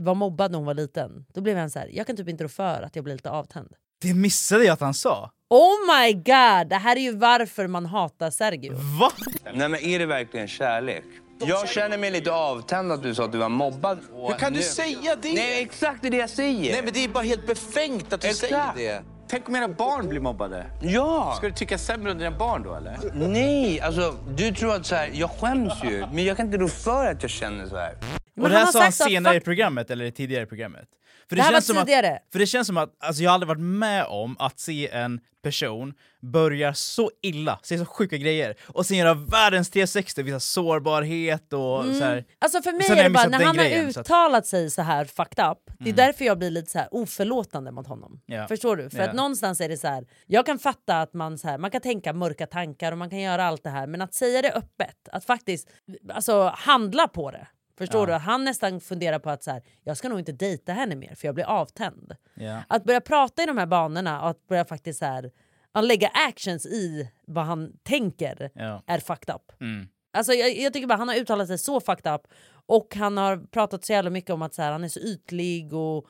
S3: var mobbad när hon var liten, då blev han så här, jag kan typ inte rå för att jag blir lite avtänd.
S5: Det missade jag att han sa!
S3: Oh my god! Det här är ju varför man hatar Sergio.
S5: Va?
S15: Nej men är det verkligen kärlek? Jag känner mig lite avtänd att du sa att du var mobbad.
S16: Hur kan du
S15: Nu-
S16: säga det?
S15: Nej exakt det är det jag säger.
S16: Nej men det är bara helt befängt att du säger
S15: Exakt.
S16: det. Tänk om era barn blir mobbade.
S15: Ja!
S16: Ska du tycka sämre om dina barn då eller?
S15: Nej, alltså du tror att så här, jag skäms ju. Men jag kan inte rå för att jag känner så här.
S5: och det här sa han senare i programmet, eller tidigare i programmet. För
S3: Det här
S5: känns
S3: var
S5: som
S3: tidigare.
S5: Att, för det känns som att alltså, jag har aldrig varit med om att se en person börja så illa, säga så sjuka grejer, och sen göra världens 360, visa sårbarhet och
S3: Mm.
S5: så här.
S3: Alltså för mig
S5: Sen har
S3: är
S5: jag
S3: det bara,
S5: missat
S3: när
S5: den
S3: han
S5: grejen, så
S3: har
S5: att-
S3: uttalat sig så här fucked up, det är
S5: Mm.
S3: därför jag blir lite så här oförlåtande mot honom.
S5: Ja.
S3: Förstår du? För
S5: Ja.
S3: att någonstans är det så här, jag kan fatta att man, så här, man kan tänka mörka tankar och man kan göra allt det här, men att säga det öppet, att faktiskt alltså, handla på det. Förstår
S5: Ja.
S3: du? Han nästan funderar på att så här, jag ska nog inte dejta henne mer för jag blir avtänd.
S5: Ja.
S3: Att börja prata i de här banorna och att börja faktiskt så här, att lägga actions i vad han tänker
S5: Ja.
S3: är fucked up.
S5: Mm.
S3: Alltså jag, jag tycker bara han har uttalat sig så fucked up och han har pratat så jävla mycket om att så här, han är så ytlig och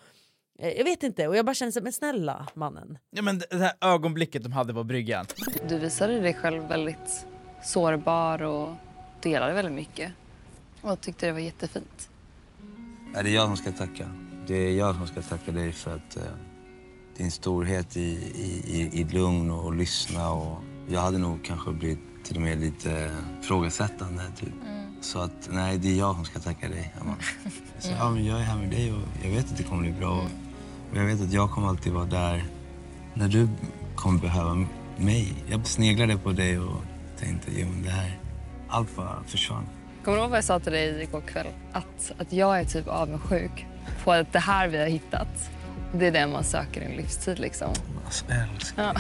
S3: eh, jag vet inte och jag bara känner så här, men snälla mannen.
S5: ja men det det här ögonblicket de hade på bryggan.
S11: Du visade dig själv väldigt sårbar och delade väldigt mycket. Och jag tyckte det var jättefint.
S15: Är det jag som ska tacka? Det är jag som ska tacka dig för att eh, din storhet i, i, i, i lugn och, lyssna. Och jag hade nog kanske blivit till och med lite frågasättande. Typ. Så att nej, det är jag som ska tacka dig, Amanda. Så, ja, men jag är här med dig och jag vet att det kommer bli bra. Och jag vet att jag kommer alltid vara där när du kommer behöva mig. Jag sneglade på dig och tänkte, jo men det här, allt bara försvann.
S11: Kommer du ihåg vad jag sa till dig igår kväll? Att, att jag är typ avundsjuk på att det här vi har hittat, det är det man söker i en livstid liksom.
S15: Alltså, älskling.
S11: Ja.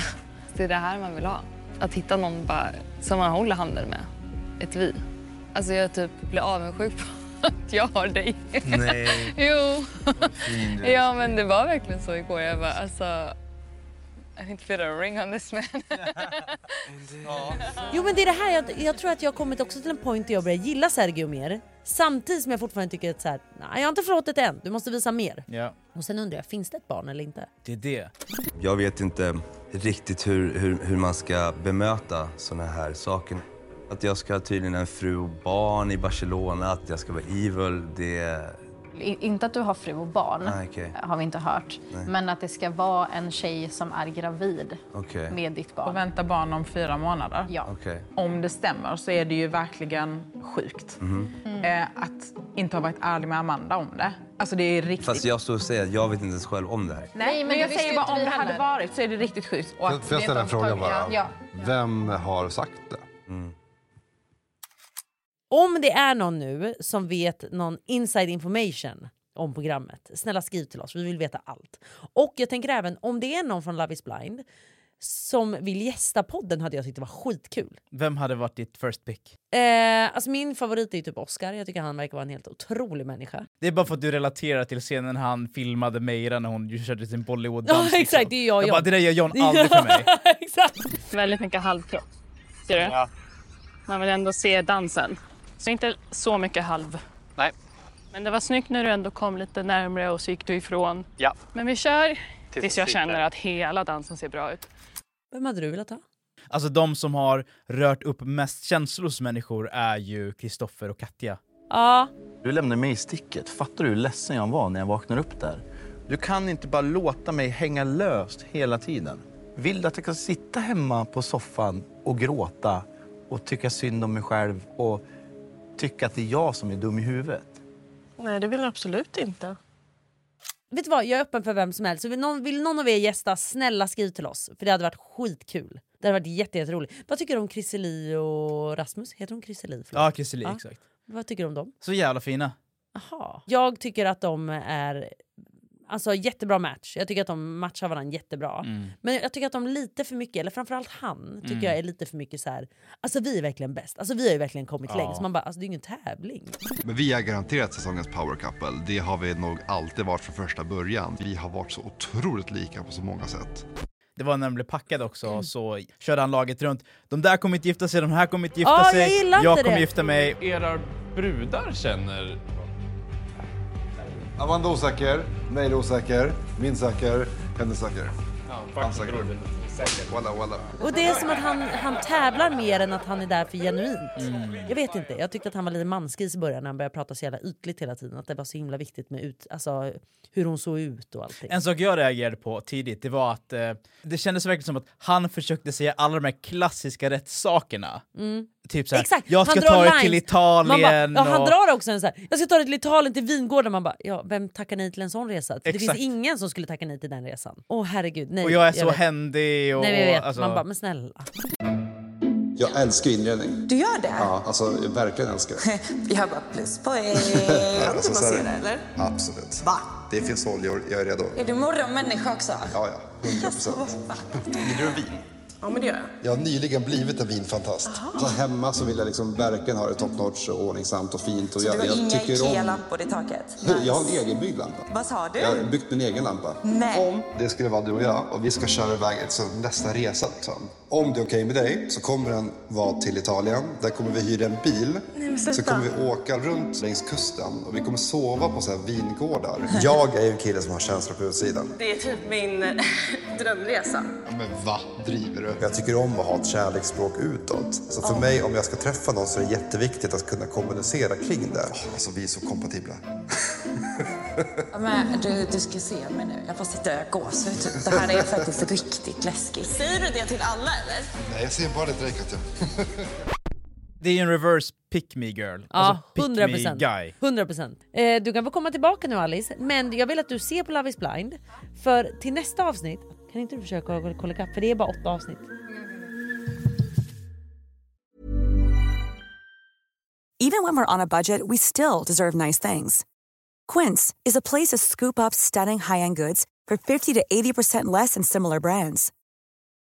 S11: Det är det här man vill ha. Att hitta någon bara, som man håller handen med. Ett vi. Alltså jag typ blir avundsjuk på att jag har dig.
S15: Nej.
S11: jo.
S15: fin du är.
S11: ja men det var verkligen så igår. Jag bara alltså... I need to fit a ring on this man.
S3: Jo men det är det här, jag, jag tror att jag har kommit också till en point där jag börjar gilla Sergio mer samtidigt som jag fortfarande tycker att så här, nej jag har inte förlåtit än, du måste visa mer.
S5: Ja.
S3: Och sen undrar jag, finns det ett barn eller inte?
S5: Det är det.
S15: Jag vet inte riktigt hur, hur, hur man ska bemöta såna här saker. Att jag ska ha tydligen en fru och barn i Barcelona, att jag ska vara evil, det...
S17: I- Inte att du har fru och barn,
S15: Ah, okej.
S17: har vi inte hört.
S15: Nej.
S17: Men att det ska vara en tjej som är gravid
S15: Okej.
S17: med ditt barn.
S18: Och vänta barn om fyra månader.
S17: Ja.
S15: Okej.
S18: Om det stämmer så är det ju verkligen sjukt.
S15: Mhm.
S18: Eh, att inte ha varit ärlig med Amanda om det. Alltså det är riktigt...
S15: Fast jag står och säger att jag vet inte ens själv om det här.
S18: Nej, men, jag säger bara om det hade varit så är det riktigt sjukt. Och
S19: Får-
S18: att
S19: Får jag
S18: det
S19: ställa en
S18: inte har
S19: fråga
S18: tagit-
S19: bara?
S18: Ja.
S19: Vem har sagt det?
S3: Om det är någon nu som vet någon inside information om programmet, snälla skriv till oss. Vi vill veta allt. Och jag tänker även om det är någon från Love is blind som vill gästa podden hade jag tyckt det var skitkul.
S5: Vem hade varit ditt first pick?
S3: Eh, alltså min favorit är ju typ Oscar. Jag tycker han verkar vara en helt otrolig människa.
S5: Det är bara för att du relaterar till scenen han filmade Meira när hon ju körde sin
S3: Ja
S5: Bollywood-dans. liksom.
S3: exakt, det är jag och
S5: Jag bara,
S3: John.
S5: det där gör John aldrig för mig.
S20: exakt. Väldigt mycket halvkropp. Ser du? Man vill ändå se dansen. Så inte så mycket halv.
S21: Nej.
S20: Men det var snyggt när du ändå kom lite närmre och så gick du ifrån.
S21: Ja.
S20: Men vi kör
S5: vi
S20: tills jag
S5: sitter.
S20: känner att hela dansen ser bra ut.
S3: Vem hade du velat ha?
S5: Alltså de som har rört upp mest känslor hos människor är ju Kristoffer och Katja.
S3: Ja.
S16: Du lämnade mig i sticket. Fattar du hur ledsen jag var när jag vaknade upp där? Du kan inte bara låta mig hänga löst hela tiden. Vill du att jag ska sitta hemma på soffan och gråta och tycka synd om mig själv och tycka att det är jag som är dum i huvudet?
S22: Nej, det vill jag absolut inte.
S3: Vet du vad, jag är öppen för vem som helst. Så vill någon, vill någon av er gästa, snälla skriv till oss. För det hade varit skitkul. Det hade varit jätte- jätteroligt. Vad tycker du om Chrisseli och Rasmus? Heter hon Chrisseli? Förlåt.
S5: Ja, Chrisseli, exakt.
S3: Vad tycker du om dem?
S5: Så jävla fina.
S3: Jag tycker att de är Alltså jättebra match. Jag tycker att de matchar varandra jättebra.
S9: Mm.
S3: Men jag tycker att de lite för mycket, eller framförallt han, tycker
S9: Mm.
S3: jag är lite för mycket så här. Alltså vi är verkligen bäst. Alltså vi har ju verkligen kommit
S19: Ja.
S3: längst. Man bara, alltså det är ju ingen tävling.
S19: Men vi är garanterat säsongens power couple. Det har vi nog alltid varit från första början. Vi har varit så otroligt lika på så många sätt.
S5: Det var när de blev packade också, så körde han laget runt. De där kommer inte gifta sig, de här kommer inte gifta
S3: Ja, jag
S5: sig.
S3: gillar inte
S5: kommer
S3: det.
S5: gifta mig.
S7: Era brudar känner...
S19: Amanda osäker, Nejl osäker, min säker, hennes säker. Han säker. Walla walla.
S3: Och det är som att han, han tävlar mer än att han är där för genuint.
S9: Mm.
S3: Jag vet inte, jag tyckte att han var lite manskis i början när han började prata så jävla ytligt hela tiden. Att det var så himla viktigt med ut, alltså, hur hon såg ut och allting.
S5: En sak jag reagerade på tidigt, det var att eh, det kändes verkligen som att han försökte säga alla de här klassiska rätt sakerna.
S3: Mm.
S5: Typ såhär,
S3: Exakt,
S5: jag ska
S3: han
S5: ta
S3: drar
S5: dig till
S3: lines. Man bara,
S5: Italien.
S3: ja, han
S5: och-
S3: drar också en så här, jag ska ta dig till Italien, till vingården. Man bara, ja, vem tackar nej till en sån resa? För det
S5: Exakt.
S3: finns ingen som skulle tacka nej till den resan. Åh herregud, nej.
S5: och jag är så
S3: vet.
S5: händig och...
S3: Nej, men jag vet.
S5: alltså-
S3: Man bara, men snälla.
S21: Jag älskar inredning.
S23: Du gör det?
S21: Ja, alltså verkligen älskar det.
S23: Jag bara pluspoäng.
S21: Alltså, så här-
S23: Antimassera eller?
S21: Absolut. Va? Det finns oljor, jag är redo.
S23: Är du morgonmänniska också? Alltså,
S21: Ja, ja. 100 procent. Gillar du vin?
S23: Ja men det gör jag.
S21: Jag har nyligen blivit en vinfantast. Så hemma så vill jag liksom verkligen ha det top notch och ordningsamt och fint. Och
S23: Så
S21: jag,
S23: du har
S21: jag
S23: inga
S21: tycker om-
S23: IKEA-lampor i taket?
S21: Nej, Jag har en egenbyggd lampa.
S23: Vad sa du?
S21: Jag har byggt min egen lampa.
S23: Nej.
S21: Det skulle vara du och jag och vi ska köra iväg alltså, nästa resa. Liksom. Om det är okej med dig så kommer den vara till Italien. Där kommer vi hyra en bil.
S23: Nej, men
S21: så
S23: sluta.
S21: kommer vi åka runt längs kusten och vi kommer sova på så här vingårdar. Jag är ju en kille som har känslor på utsidan.
S23: Det är typ min drömresa.
S21: Men vad driver du? Jag tycker om att ha ett kärleksspråk utåt. Så för
S23: Ja.
S21: mig, om jag ska träffa någon så är det jätteviktigt att kunna kommunicera kring det. Oh, alltså vi är så kompatibla.
S23: Ja, Men du, du ska se mig nu. Jag får sitta och gåshud. typ. Det här är faktiskt riktigt läskigt. Säger du det till alla eller?
S21: Nej, jag ser bara det direkt att jag...
S5: Det är ju en reverse pick me girl. Alltså,
S3: Ja,
S5: pick me
S3: 100%.
S5: guy.
S3: 100 procent. Eh, du kan få komma tillbaka nu Alice, men jag vill att du ser på Love is blind. För till nästa avsnitt kan inte du försöka kolla- kolla ikapp, för det är bara åtta avsnitt.
S24: Even when we're on a budget, we still deserve nice things. Quince is a place to scoop up stunning high end goods for 50 to 80% less than similar brands.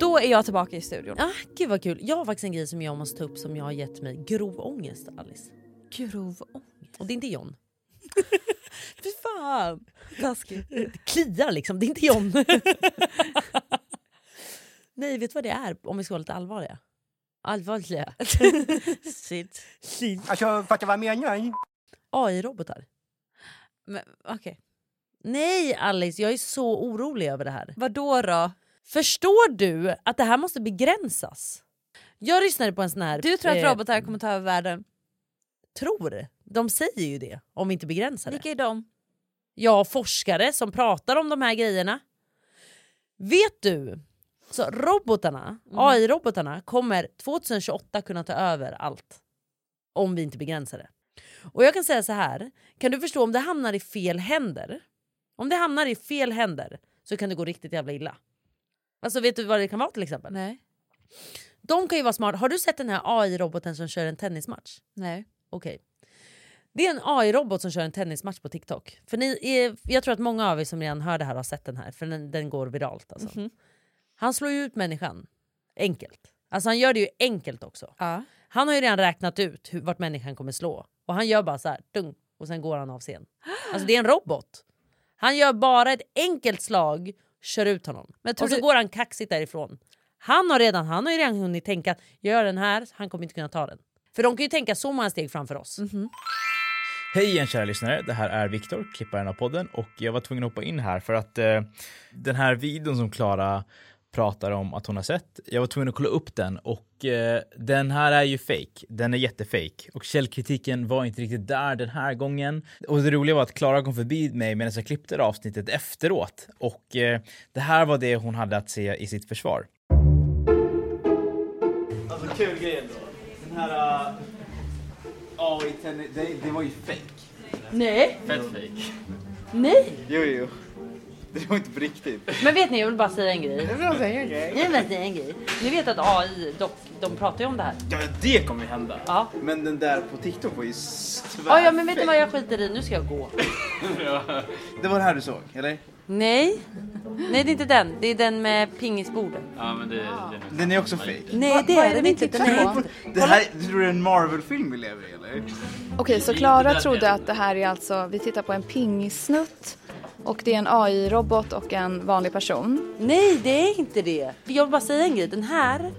S4: Då är jag tillbaka i studion.
S3: Ah, gud vad kul. Jag har faktiskt en grej som jag måste ta upp som jag har gett mig grov ångest Alice. Grov ångest? Och det är inte John. Fy fan! Taskigt. Det kliar liksom, det är inte John. Nej, vet du vad det är om vi ska vara lite allvarliga? Allvarliga? Sitt. Sitt.
S25: Alltså, fattar vad jag menar?
S3: AI-robotar.
S4: Men, okej.
S3: Nej Alice, jag är så orolig över det här. Vad då då? Förstår du att det här måste begränsas? Jag lyssnade på en sån här...
S4: Du tror att robotar
S3: kommer ta över världen? Tror. De säger ju det, om vi inte begränsar det.
S4: Vilka är de?
S3: Ja, forskare som pratar om de här grejerna. Vet du? Så robotarna, AI-robotarna kommer 2028 kunna ta över allt. Om vi inte begränsar det. Och jag kan säga så här, kan du förstå om det hamnar i fel händer? Om det hamnar i fel händer så kan det gå riktigt jävla illa. Alltså vet du vad det kan vara till exempel?
S4: Nej.
S3: De kan ju vara smarta. Har du sett den här AI-roboten som kör en tennismatch?
S4: Nej.
S3: Okej. Det är en AI-robot som kör en tennismatch på TikTok. För ni är, jag tror att många av er som redan hör det här har sett den här, för den, den går viralt. Alltså. Han slår ju ut människan. Enkelt. Alltså han gör det ju enkelt också. Han har ju redan räknat ut hur, vart människan kommer slå. Och han gör bara så här, dung, och sen går han av scen. Alltså det är en robot. Han gör bara ett enkelt slag, kör ut honom.
S4: Men tror
S3: och så
S4: du-
S3: går han kaxigt därifrån. Han har, redan, han har ju redan hunnit tänka, jag gör den här, han kommer inte kunna ta den. För de kan ju tänka så många steg framför oss.
S1: Mhm.
S5: Hej igen kära lyssnare, det här är Viktor, klipparen av podden och jag var tvungen att hoppa in här för att eh, den här videon som Klara pratar om att hon har sett, jag var tvungen att kolla upp den och eh, den här är ju fake. Den är jättefake och källkritiken var inte riktigt där den här gången. Och det roliga var att Klara kom förbi mig medan jag klippte det här avsnittet efteråt och eh, det här var det hon hade att säga i sitt försvar.
S16: Alltså, kul grej ändå. Den här... Uh, det, det var ju fake.
S1: Nej.
S16: Fett fake.
S1: Nej.
S16: Jo, jo. Det var inte på riktigt.
S1: Men vet ni, jag vill bara säga en grej.
S16: Jag vill bara säga en grej.
S1: Jag vill bara säga en grej. Ni vet att AI, dock, de pratar ju om det här.
S16: Ja, men det kommer ju hända.
S1: Ja.
S16: Men den där på TikTok var ju svär...
S1: Ja, ja, men vet ni vad jag skiter i? Nu ska jag gå.
S16: Ja. Det var det här du såg, eller?
S1: Nej. Nej, det är inte den. Det är den med pingisbordet.
S16: Ja, men det, Ah. Den är också fake.
S1: Nej, det är den inte. Den är inte.
S16: Det här, du tror det är en Marvel-film vi lever i, eller?
S2: Okej, så Klara trodde att det här är alltså, vi tittar på en pingisnutt och det är en AI-robot och en vanlig person.
S1: Nej, det är inte det. Jag vill bara säga en grej. Den här,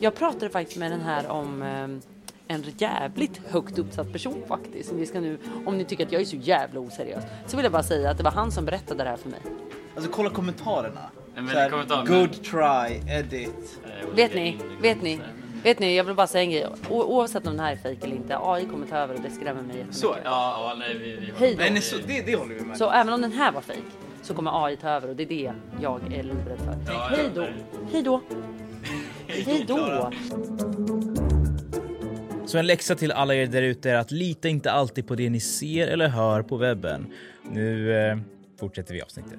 S1: jag pratade faktiskt med den här om eh, en jävligt högt uppsatt person faktiskt. Ni ska nu, om ni tycker att jag är så jävla oseriös så vill jag bara säga att det var han som berättade det här för mig.
S16: Alltså kolla kommentarerna.
S1: men
S16: Så här,
S1: kommentar-
S16: Good try, edit.
S1: Vet ni? Vet ni? Vet ni, jag vill bara säga en grej. O- oavsett om den här är fejk eller inte, AI kommer ta över och det skrämmer mig jättemycket.
S16: Så, ja, ja nej vi...
S1: Hej då.
S16: nej, nej, så, det, det håller vi med
S1: Så även om den här var fejk så kommer AI ta över och det är det jag är livrädd för.
S16: Ja, ja,
S1: Hej då!
S16: nej.
S1: Hej då! Hej då!
S5: Så en läxa till alla er där ute är att lita inte alltid på det ni ser eller hör på webben. Nu eh, fortsätter vi avsnittet.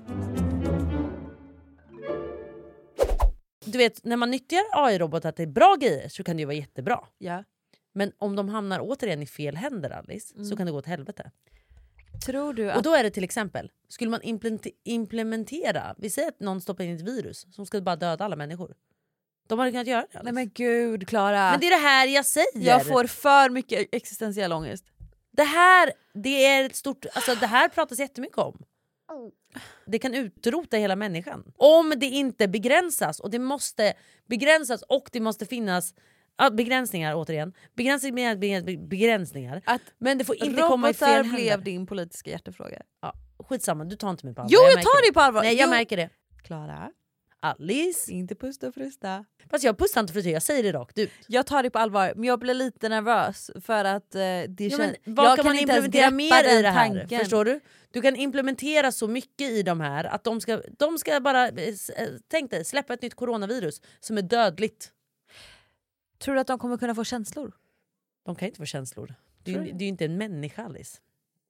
S3: Du vet, när man nyttjar AI-robotar till bra grejer så kan det ju vara jättebra.
S4: Ja.
S3: Men om de hamnar återigen i fel händer, Alice,
S4: Mm.
S3: så kan det gå åt helvete.
S4: Tror du
S3: Och
S4: att...
S3: då är det till exempel, skulle man implente- implementera, vi säger att någon stoppar in ett virus som ska bara döda alla människor. De hade kunnat göra det.
S4: Nej men gud Klara.
S3: Men det är det här jag säger!
S4: Jag får för mycket existentiell ångest.
S3: Det här, det är ett stort, alltså det här pratas jättemycket om. Det kan utrota hela människan. Om det inte begränsas, och det måste begränsas och det måste finnas ja, begränsningar återigen. Begränsningar, begränsningar, begränsningar. Men det får inte komma i fel
S4: Robotar
S3: händer.
S4: blev din politiska hjärtefråga.
S3: Ja, skitsamma, du tar inte mig på allvar.
S4: Jo jag,
S3: märker
S4: tar dig på allvar!
S3: Nej jag
S4: Jo.
S3: märker det.
S4: Klara,
S3: Alice.
S4: Inte pusta och frusta.
S3: Fast jag pustar inte frusta, jag säger det rakt ut.
S4: jag tar dig på allvar men jag blir lite nervös för att eh,
S3: Ja,
S4: det
S3: men
S4: känns...
S3: vad
S4: jag
S3: kan man
S4: inte ens
S3: implementera
S4: greppa
S3: mer i
S4: den
S3: det här?
S4: tanken.
S3: Förstår du? Du kan implementera så mycket i de här att de ska, de ska bara, eh, s- eh, tänk dig, släppa ett nytt coronavirus som är dödligt.
S4: Tror du att de kommer kunna få känslor?
S3: De kan ju inte få känslor. Det är,
S4: Tror
S3: ju,
S4: du?
S3: det är ju inte en människa Alice.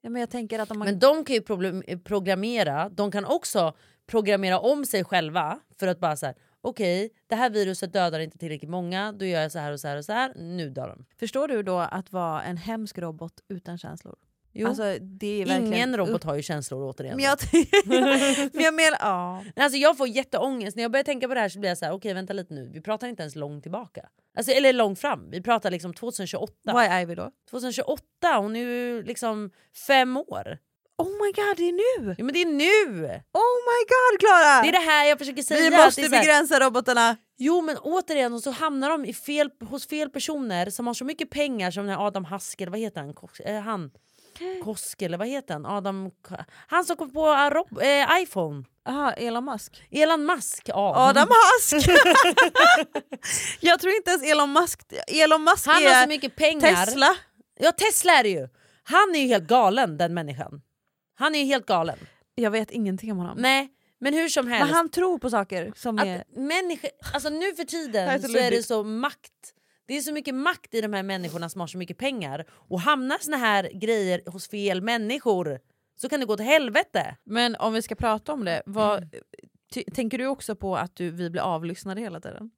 S4: Ja, men jag tänker att om man...
S3: Men de kan ju problem, eh, programmera, de kan också programmera om sig själva för att bara så här, okej det här viruset dödar inte tillräckligt många, då gör jag så här och så här och så här, nu dör de.
S4: Förstår du då att vara en hemsk robot utan känslor?
S3: Jo.
S4: Alltså, det är verkligen
S3: Ingen robot
S4: upp-
S3: har ju känslor återigen.
S4: Men jag, men jag menar... Ja.
S3: Nej, Alltså jag får jätteångest. När jag börjar tänka på det här så blir jag så här, okej vänta lite nu. Vi pratar inte ens långt tillbaka. Alltså, eller långt fram. Vi pratar liksom 2028.
S4: Vad är Ivy då?
S3: 2028, hon är ju liksom fem år.
S4: Oh my god, det är nu!
S3: Ja men det är nu!
S4: Oh my god Klara!
S3: Det är det här jag försöker säga.
S4: Vi
S3: att det är
S4: måste
S3: så här-
S4: begränsa robotarna!
S3: Jo men återigen, och så hamnar de i fel, hos fel personer som har så mycket pengar som den här Adam Haskell, vad heter han? Kos, eh, han. Kosk eller vad heter han? Adam, K- han som kom på eh, rob, eh, iPhone.
S4: Aha, Elon Musk.
S3: Elon Musk, ja.
S4: Adam Hask! jag tror inte ens Elon Musk... Elon Musk
S3: Han
S4: är
S3: har så mycket pengar.
S4: Tesla.
S3: Ja Tesla är det ju. Han är ju helt galen den människan. Han är ju helt galen.
S4: Jag vet ingenting om honom.
S3: Nej men hur som helst.
S4: Men han tror på saker som är...
S3: att människor, alltså nu för
S4: Det här är
S3: tiden
S4: så
S3: så är det
S4: luddigt.
S3: så makt. Det är så mycket makt i de här människorna som har så mycket pengar. Och hamnar såna här grejer hos fel människor så kan det gå till helvete.
S4: Men om vi ska prata om det, vad,
S3: Mm.
S4: ty, tänker du också på att du, vi blir avlyssnade hela tiden?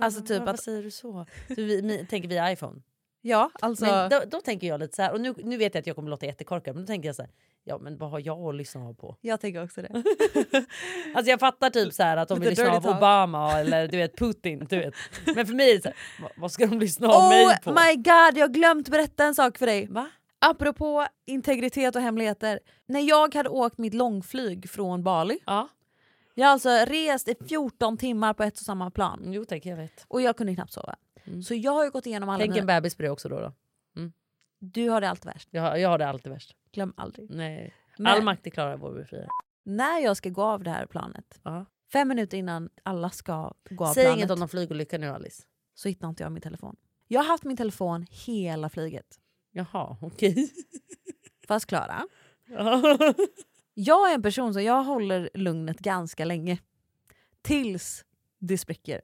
S4: Alltså typ
S3: Varför
S4: att...
S3: säger du så? Du, vi, mi, tänker vi iPhone?
S4: Ja, alltså...
S3: Men då, då tänker jag lite så här, och nu, nu vet jag att jag kommer låta jättekorkad, men då tänker jag så här, ja men vad har jag att lyssna på?
S4: Jag tänker också det.
S3: Alltså jag fattar typ så här att de vill
S4: Lite
S3: lyssna
S4: dirty
S3: av
S4: talk.
S3: Obama eller du vet Putin. Du vet. Men för mig är det så här, "Va- vad ska de lyssna av
S4: oh
S3: mig på?
S4: my god, jag har glömt berätta en sak för dig.
S3: Va?
S4: Apropå integritet och hemligheter. När jag hade åkt mitt långflyg från Bali. Jag har alltså rest i 14 timmar på ett och samma plan.
S3: Jo tack, jag vet.
S4: Och jag kunde knappt sova. Så jag har ju gått igenom alla
S3: Mm. Tänk
S4: mina-
S3: en bebis på det också då. då.
S4: Du har det allt värst.
S3: Jag, har- jag har det alltid värst.
S4: Glöm aldrig.
S3: Nej.
S4: Men-
S3: All makt är Klara vår befriare.
S4: När jag ska gå av det här planet, fem minuter innan alla ska gå av
S3: Säg
S4: planet,
S3: inget om någon flygolycka nu Alice.
S4: så hittar inte jag min telefon. Jag har haft min telefon hela flyget.
S3: Jaha, okej.
S4: Fast Klara, jag är en person som jag håller lugnet ganska länge. Tills det spricker.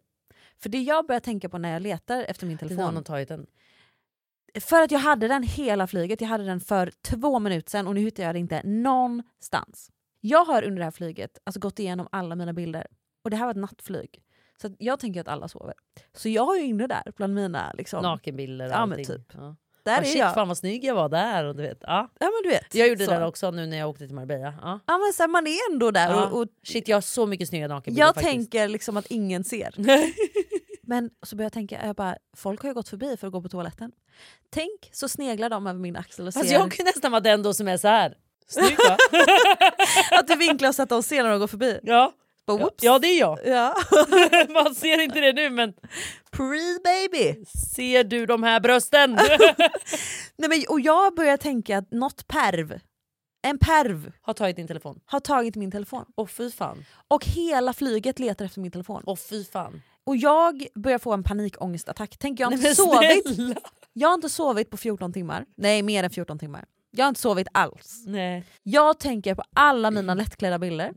S3: För det jag börjar tänka på när jag letar efter min telefon.
S11: någon har tagit den.
S3: För att jag hade den hela flyget, jag hade den för två minuter sedan och nu hittar jag den inte någonstans. Jag har under det här flyget alltså gått igenom alla mina bilder och det här var ett nattflyg. Så att jag tänker att alla sover. Så jag är inne där bland mina liksom,
S11: Nakenbilder och
S3: Ja, men
S11: allting.
S3: typ.
S11: Ja.
S3: Där
S11: Ah,
S3: är
S11: shit,
S3: jag.
S11: fan vad snygg jag var där. Och du vet. Ja.
S3: Ja, men du vet.
S11: Jag gjorde
S3: Så.
S11: det där också nu när jag åkte till Marbella. Ja.
S3: Ja, men så här, man är ändå där.
S11: Ja.
S3: Och, och
S11: Shit jag har så mycket snygga nakenbilder
S3: jag
S11: faktiskt.
S3: tänker liksom att ingen ser. men så börjar jag tänka, jag bara, folk har ju gått förbi för att gå på toaletten. Tänk så sneglar de över min axel och ser.
S11: Fast jag kan ju nästan vara den då som är så här. Snygg va?
S3: att du vinklar så att de ser när de går förbi.
S11: Ja.
S3: Bara, whoops.
S11: Ja det är jag.
S3: Ja.
S11: Man ser inte det nu men
S3: Pre baby!
S11: ser du de här brösten?
S3: Nej, men, och jag börjar tänka att något perv, en perv,
S11: har tagit din telefon.
S3: har tagit min telefon.
S11: Åh fy fan.
S3: Och hela flyget letar efter min telefon.
S11: Åh fy fan.
S3: Och jag börjar få en panikångestattack. Tänk, jag har
S11: Nej,
S3: inte
S11: men
S3: sovit.
S11: snälla.
S3: Jag har inte sovit på 14 timmar. Nej, mer än 14 timmar. Jag har inte sovit alls.
S11: Nej.
S3: Jag tänker på alla mina lättklädda bilder.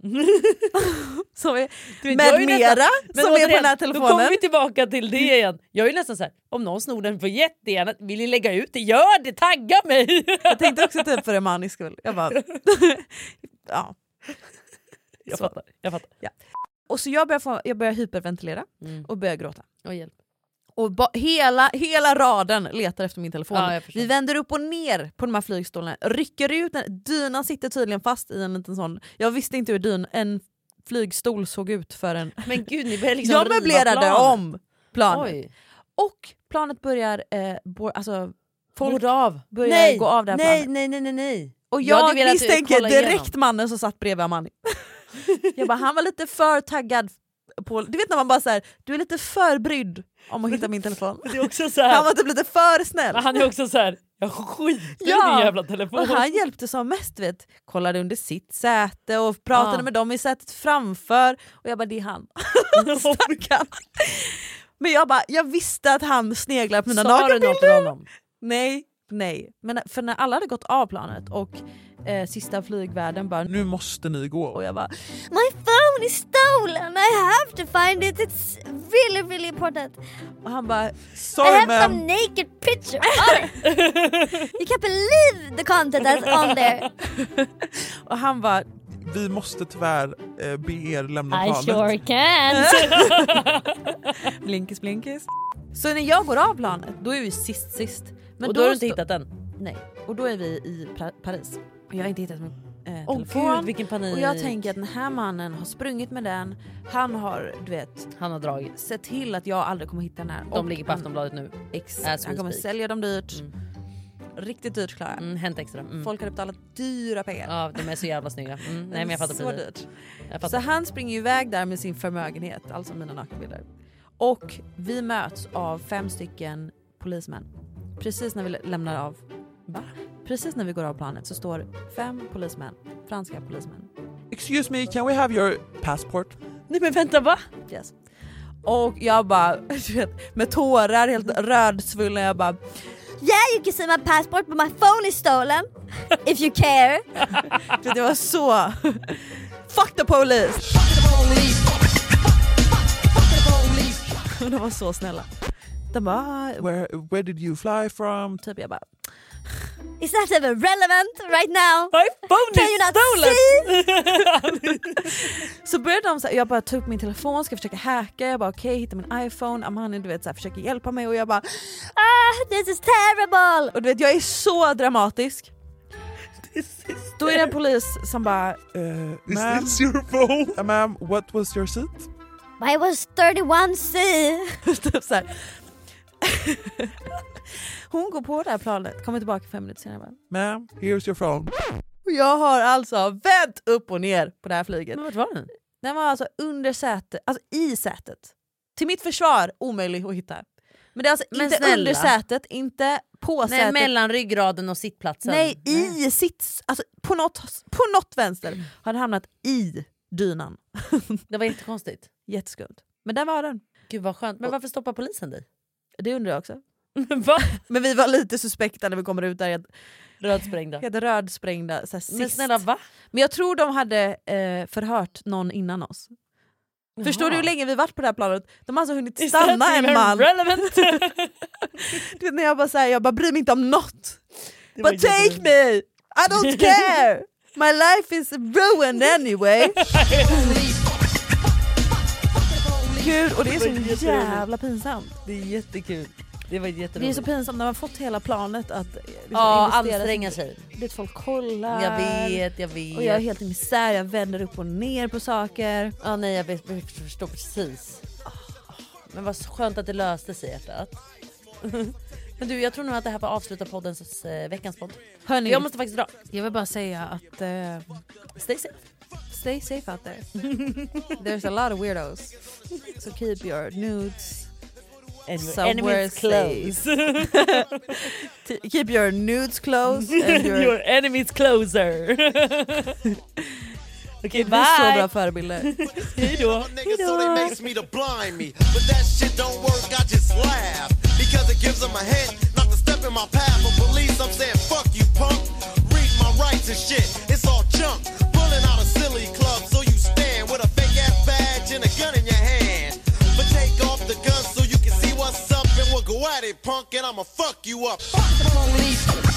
S3: som är,
S11: Du vet, jag är
S3: med
S11: ju
S3: mera
S11: nästan- men
S3: som är på
S11: återigen,
S3: den här
S11: Då kommer
S3: telefonen.
S11: vi tillbaka till det igen. Jag är ju nästan så här, om någon snor den får jättegärna, vill ni lägga ut det? Gör det, tagga mig!
S3: Jag tänkte också typ för en man i skull. Jag bara... ja.
S11: Jag
S3: Så.
S11: fattar. Jag fattar.
S3: Ja. Och så jag börjar, få, jag börjar hyperventilera
S11: Mm.
S3: och börjar gråta.
S11: Åh, hjälp.
S3: Och ba- hela, hela raden letar efter min telefon.
S11: Ja, jag förstår.
S3: Vi vänder upp och ner på de här flygstolarna, rycker ut den. Dynan sitter tydligen fast i en liten sån... Jag visste inte hur dyn, en flygstol såg ut för en...
S11: Men gud, ni börjar liksom
S3: jag
S11: riva
S3: möblerade
S11: planet.
S3: om planet.
S11: Oj.
S3: Och planet börjar... Eh, bo- alltså, folk
S11: Går av.
S3: börjar
S11: nej,
S3: gå av det här
S11: nej,
S3: planet.
S11: nej, nej, nej, nej.
S3: Och
S11: Jag hade
S3: jag
S11: velat eh,
S3: misstänker
S11: kolla
S3: direkt
S11: igenom.
S3: mannen som satt bredvid Amani. jag bara, han var lite för taggad. På, du vet när man bara säger du är lite för brydd om att hitta min telefon.
S11: Det är också så här.
S3: Han var typ lite för snäll.
S11: Men han är också så här, jag skiter i
S3: Ja,
S11: din jävla telefon.
S3: Och han hjälpte som mest, du vet, kollade under sitt säte och pratade
S11: Ah.
S3: med dem i sätet framför. Och jag bara, det är han.
S11: Oh
S3: Stackarn. Men jag bara, jag visste att han sneglar på mina
S11: Sa du något till
S3: nakenbilder.
S11: honom?
S3: Nej, nej. Men för när alla hade gått av planet och eh, sista flygvärden bara “nu måste ni gå” och jag bara
S4: My phone is stolen. I have to find it. It's really, really important.
S3: och han bara
S4: I
S3: “sorry
S4: have some
S3: ma'am”.
S4: naked picture of it. you can't believe the content that's on there.
S3: Och han bara
S26: Vi måste tyvärr eh, be er lämna
S4: I
S26: planet.
S4: sure can.
S3: blinkis blinkis. Så när jag går av planet då är vi sist sist.
S11: Och då har du inte
S3: stå-
S11: hittat den?
S3: Nej, och då är vi i pra- Paris. Och jag har inte hittat min eh,
S11: Åh,
S3: telefon.
S11: gud, vilken panik.
S3: Och jag tänker att den här mannen har sprungit med den. Han har, du vet,
S11: han har dragit.
S3: sett till att jag aldrig kommer hitta den här.
S11: De
S3: Och Mm.
S11: ligger på
S3: han-
S11: Aftonbladet nu. As
S3: Exakt,
S11: we
S3: han kommer
S11: speak.
S3: sälja dem dyrt. Riktigt dyrt Klara.
S11: Mm, hänt extra. Mm.
S3: Folk hade betalat dyra pengar.
S11: Ja, de är så jävla snygga. Mm. Nej, men jag fattar
S3: så
S11: precis.
S3: dyrt.
S11: Jag fattar.
S3: Så han springer ju iväg där med sin förmögenhet, alltså mina nakenbilder. Och vi möts av fem stycken polismän. Precis när vi lä- lämnar av. Va? Precis när vi går av planet så står fem polismän, franska polismän.
S26: Excuse me, can we have your passport?
S11: Nej men vänta va?
S3: Yes. Och jag bara, du vet, med tårar helt rödsvullen, jag bara
S4: Yeah, you can see my passport, but my phone is stolen. If you care.
S3: du vet, jag var så... Fuck the police! Och de var så snälla. De bara...
S26: Where, where did you fly from?
S3: Typ jag bara...
S4: It's not even relevant right now.
S11: My phone
S4: Can
S11: is
S4: you not
S11: stolen.
S4: see?
S3: Så började de så här, jag bara tog upp min telefon, ska försöka hacka, jag bara okej, hitta min iPhone, Amani du vet så här, försöker hjälpa mig och jag bara
S4: Ah, this is terrible.
S3: Och du vet jag är så dramatisk. Då är det en polis som bara
S26: Uh, ma'am, is your phone? Uh, ma'am, what was your seat?
S4: I was 31C.
S3: typ så här. Hon går på det här planet, kommer tillbaka fem minuter senare bara,
S26: Ma'am, here's your phone.
S3: Och jag har alltså vänt upp och ner på det här flyget.
S11: Men vart var den?
S3: Den var alltså under sätet, alltså i sätet. Till mitt försvar omöjlig att hitta. Men det är alltså
S11: Men
S3: inte
S11: snälla.
S3: under sätet, inte på
S11: Nej,
S3: sätet.
S11: mellan ryggraden och sittplatsen.
S3: Alltså,
S11: Mm.
S3: Nej, i sitt... Alltså på något, på något vänster har den hamnat i dynan.
S11: Det var jättekonstigt.
S3: Jätteskumt. Men där var den.
S11: Gud vad skönt. Men varför stoppar polisen dig?
S3: Det undrar jag också.
S11: Va?
S3: Men vi var lite suspekta när vi kommer ut där. Jag
S11: Rödsprängda.
S3: hade rödsprängda så här, sist.
S11: Men snälla va?
S3: Men jag tror de hade eh, förhört någon innan oss. Förstår du hur länge vi varit på det här planet? De har alltså hunnit
S4: Is
S3: stanna
S4: that
S3: en
S4: even
S3: man.
S4: relevant?
S3: du vet när jag bara säger, jag bara bryr mig inte om något.
S4: var
S3: But take me! I don't care! My life is ruined anyway. Gud, och det är
S4: Det var
S3: så
S4: jätteroligt.
S3: jävla pinsamt.
S4: Det är jättekul. Det var jätteroligt.
S3: Det är så pinsamt när man fått hela planet att eh, liksom
S4: Ja,
S3: investera
S4: anstränga
S3: sig.
S4: sig.
S3: Du vet, folk kollar.
S4: Jag vet, jag vet.
S3: Och jag är helt i misär, jag vänder upp och ner på saker.
S4: Ja, nej, jag vet- jag förstår precis. Men vad skönt att det löste sig hjärtat. Men du, jag tror nog att det här får avsluta poddens eh, veckans podd.
S3: Hörni.
S4: jag måste faktiskt dra.
S3: Jag vill bara säga att... eh,
S4: Stay safe.
S3: Stay safe out there. There's a lot of weirdos. So keep your nudes
S4: And your
S3: somewhere
S4: enemies
S3: safe. T- keep your nudes close and your...
S4: Your enemies closer.
S3: Vi
S4: Okej,
S3: är så
S4: bye.
S3: bra förebilder.
S4: Hej då.
S8: niggas, so they makes me to blind me. But that shit don't work, I just laugh. Because it gives them a hint not to step in my path. But police, I'm saying, fuck you, punk. Read my rights and shit, it's all junk. Pulling out a silly club, so you stand with a fake ass badge and a gun in your hand. But take off the gun so you can see what's up, and we'll go at it, punk, and I'ma fuck you up. Fuck the police.